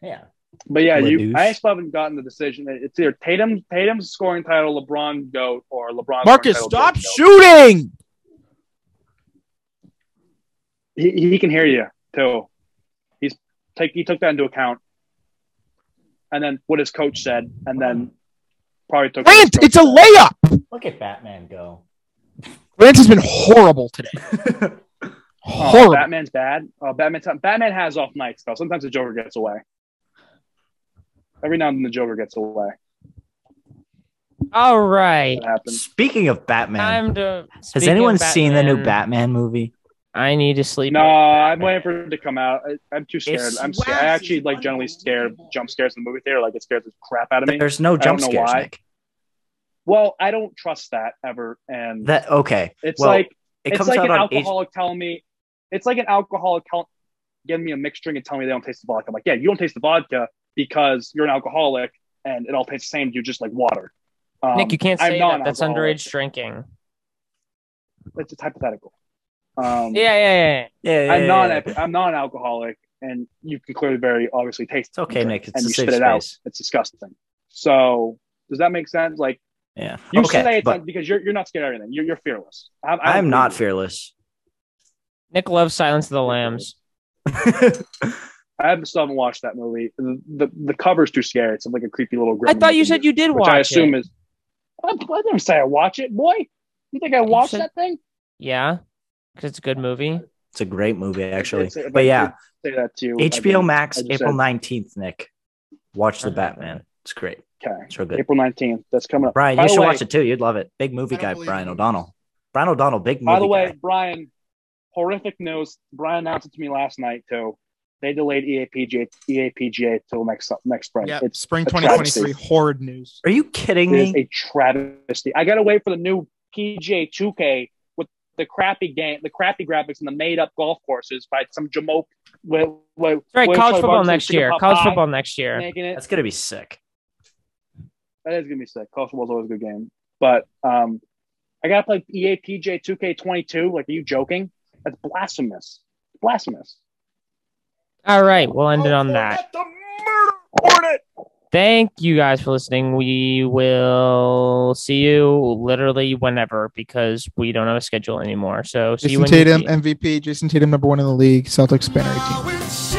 B: Yeah.
D: but yeah, you,
B: Ledoux.
D: I still haven't gotten the decision. It's either Tatum, Tatum's scoring title, LeBron goat, or LeBron.
C: Marcus,
D: scoring title,
C: stop
D: Jordan
C: shooting.
D: Goat. He, he can hear you too. He's take he took that into account, and then what his coach said, and then probably took. what his
C: Grant,
D: coach
C: it's a
D: said.
C: layup.
B: Look at Batman go.
C: Grant has been horrible today.
D: Oh,
C: Horrible.
D: Batman's bad. Oh, Batman. Batman has off nights though. Sometimes the Joker gets away. Every now and then the Joker gets away.
A: All right.
D: That happens.
B: Speaking of Batman,
A: Time to.
B: has
A: speaking
B: anyone
A: of
B: seen the new
A: Batman,
B: Batman movie?
A: I need to sleep.
D: No, I'm waiting for it to come out. I, I'm too scared. I'm scared. I
B: waxes
D: actually like generally scared of jump scares in the movie theater. Like it scares the crap out of me.
B: There's no jump
D: don't know
B: scares,
D: why.
B: Nick.
D: Well, I don't trust that ever, and
B: That okay.
D: it's
B: well,
D: like
B: it
D: it's
B: comes
D: like
B: out
D: an
B: on H-
D: alcoholic telling me it's like an alcoholic tell, giving me a mixed drink and telling me they don't taste the vodka. I'm like, yeah, you don't taste the vodka because you're an alcoholic, and it all tastes the same. to You just like water. Um,
A: Nick, you can't
D: I'm
A: say
D: not
A: that.
D: an
A: That's
D: alcoholic.
A: underage drinking.
D: It's it's hypothetical. Um,
A: Yeah, yeah, yeah.
B: Yeah, yeah,
D: I'm
B: yeah,
D: not.
B: yeah.
D: I'm not an alcoholic, and you can clearly, very obviously taste.
B: It's okay, Nick. It's
D: and
B: a
D: you
B: safe
D: spit it out.
B: space.
D: It's disgusting. So does that make sense? Like
B: Yeah.
D: you
B: okay,
D: say it's
B: but
D: not because you're you're not scared of anything. You're you're fearless. I'm, I'm,
B: I'm not fearless.
A: Nick loves Silence of the Lambs.
D: I haven't still haven't watched that movie. The, the the cover's too scary. It's like a creepy little.
A: I
D: gremlin
A: thought you
D: looking
A: said you did
D: dude,
A: watch
D: Which I assume
A: it.
D: is. I, I never say I watch it, boy. You think I watched
A: said-
D: that thing?
A: Yeah, because it's a good movie.
B: It's a great movie, actually.
D: It's- if I
B: but yeah,
D: did say that to you. I
B: HBO
D: didn't.
B: Max,
D: I just
B: April
D: said-
B: 19th, Nick. Watch The
A: Okay.
B: Batman. It's great.
D: Okay.
B: It's real good.
D: April nineteenth. That's coming up.
B: Brian,
D: By
B: you
D: the
B: should
D: way-
B: watch it too. You'd love it. Big movie
C: I don't
B: guy,
C: believe
B: Brian
C: you.
B: O'Donnell. Brian O'Donnell, big movie
D: By the way,
B: guy.
D: Brian, horrific news. Brian announced it to me last night too. They delayed E EAPGA EAPGA till next next spring.
C: Yeah,
D: It's
C: spring
D: a
C: 2023,
D: travesty.
C: horrid news.
B: Are you kidding
D: It is
B: me?
D: a travesty. I gotta wait for the new PGA 2K with the crappy game, the crappy graphics, and the made-up golf courses by some jamoke. With, with,
A: That's right. college
D: with Charlie
A: football
D: Barkley
A: next
D: singing
A: year.
D: Popeye
A: College football next year.
D: making it.
B: That's gonna be sick.
D: That is gonna be sick. College football's always a good game, but um, I gotta play E EAPJ 2K22. Like, are you joking? That's blasphemous. Blasphemous.
A: All right, we'll end it on that. Thank you guys for listening. We will see you literally whenever because we don't have a schedule anymore. So see you
C: Jason
A: when you
C: Tatum,
A: see-
C: MVP. Jason Tatum, number one in the league. Celtics banner 18.
E: Now it's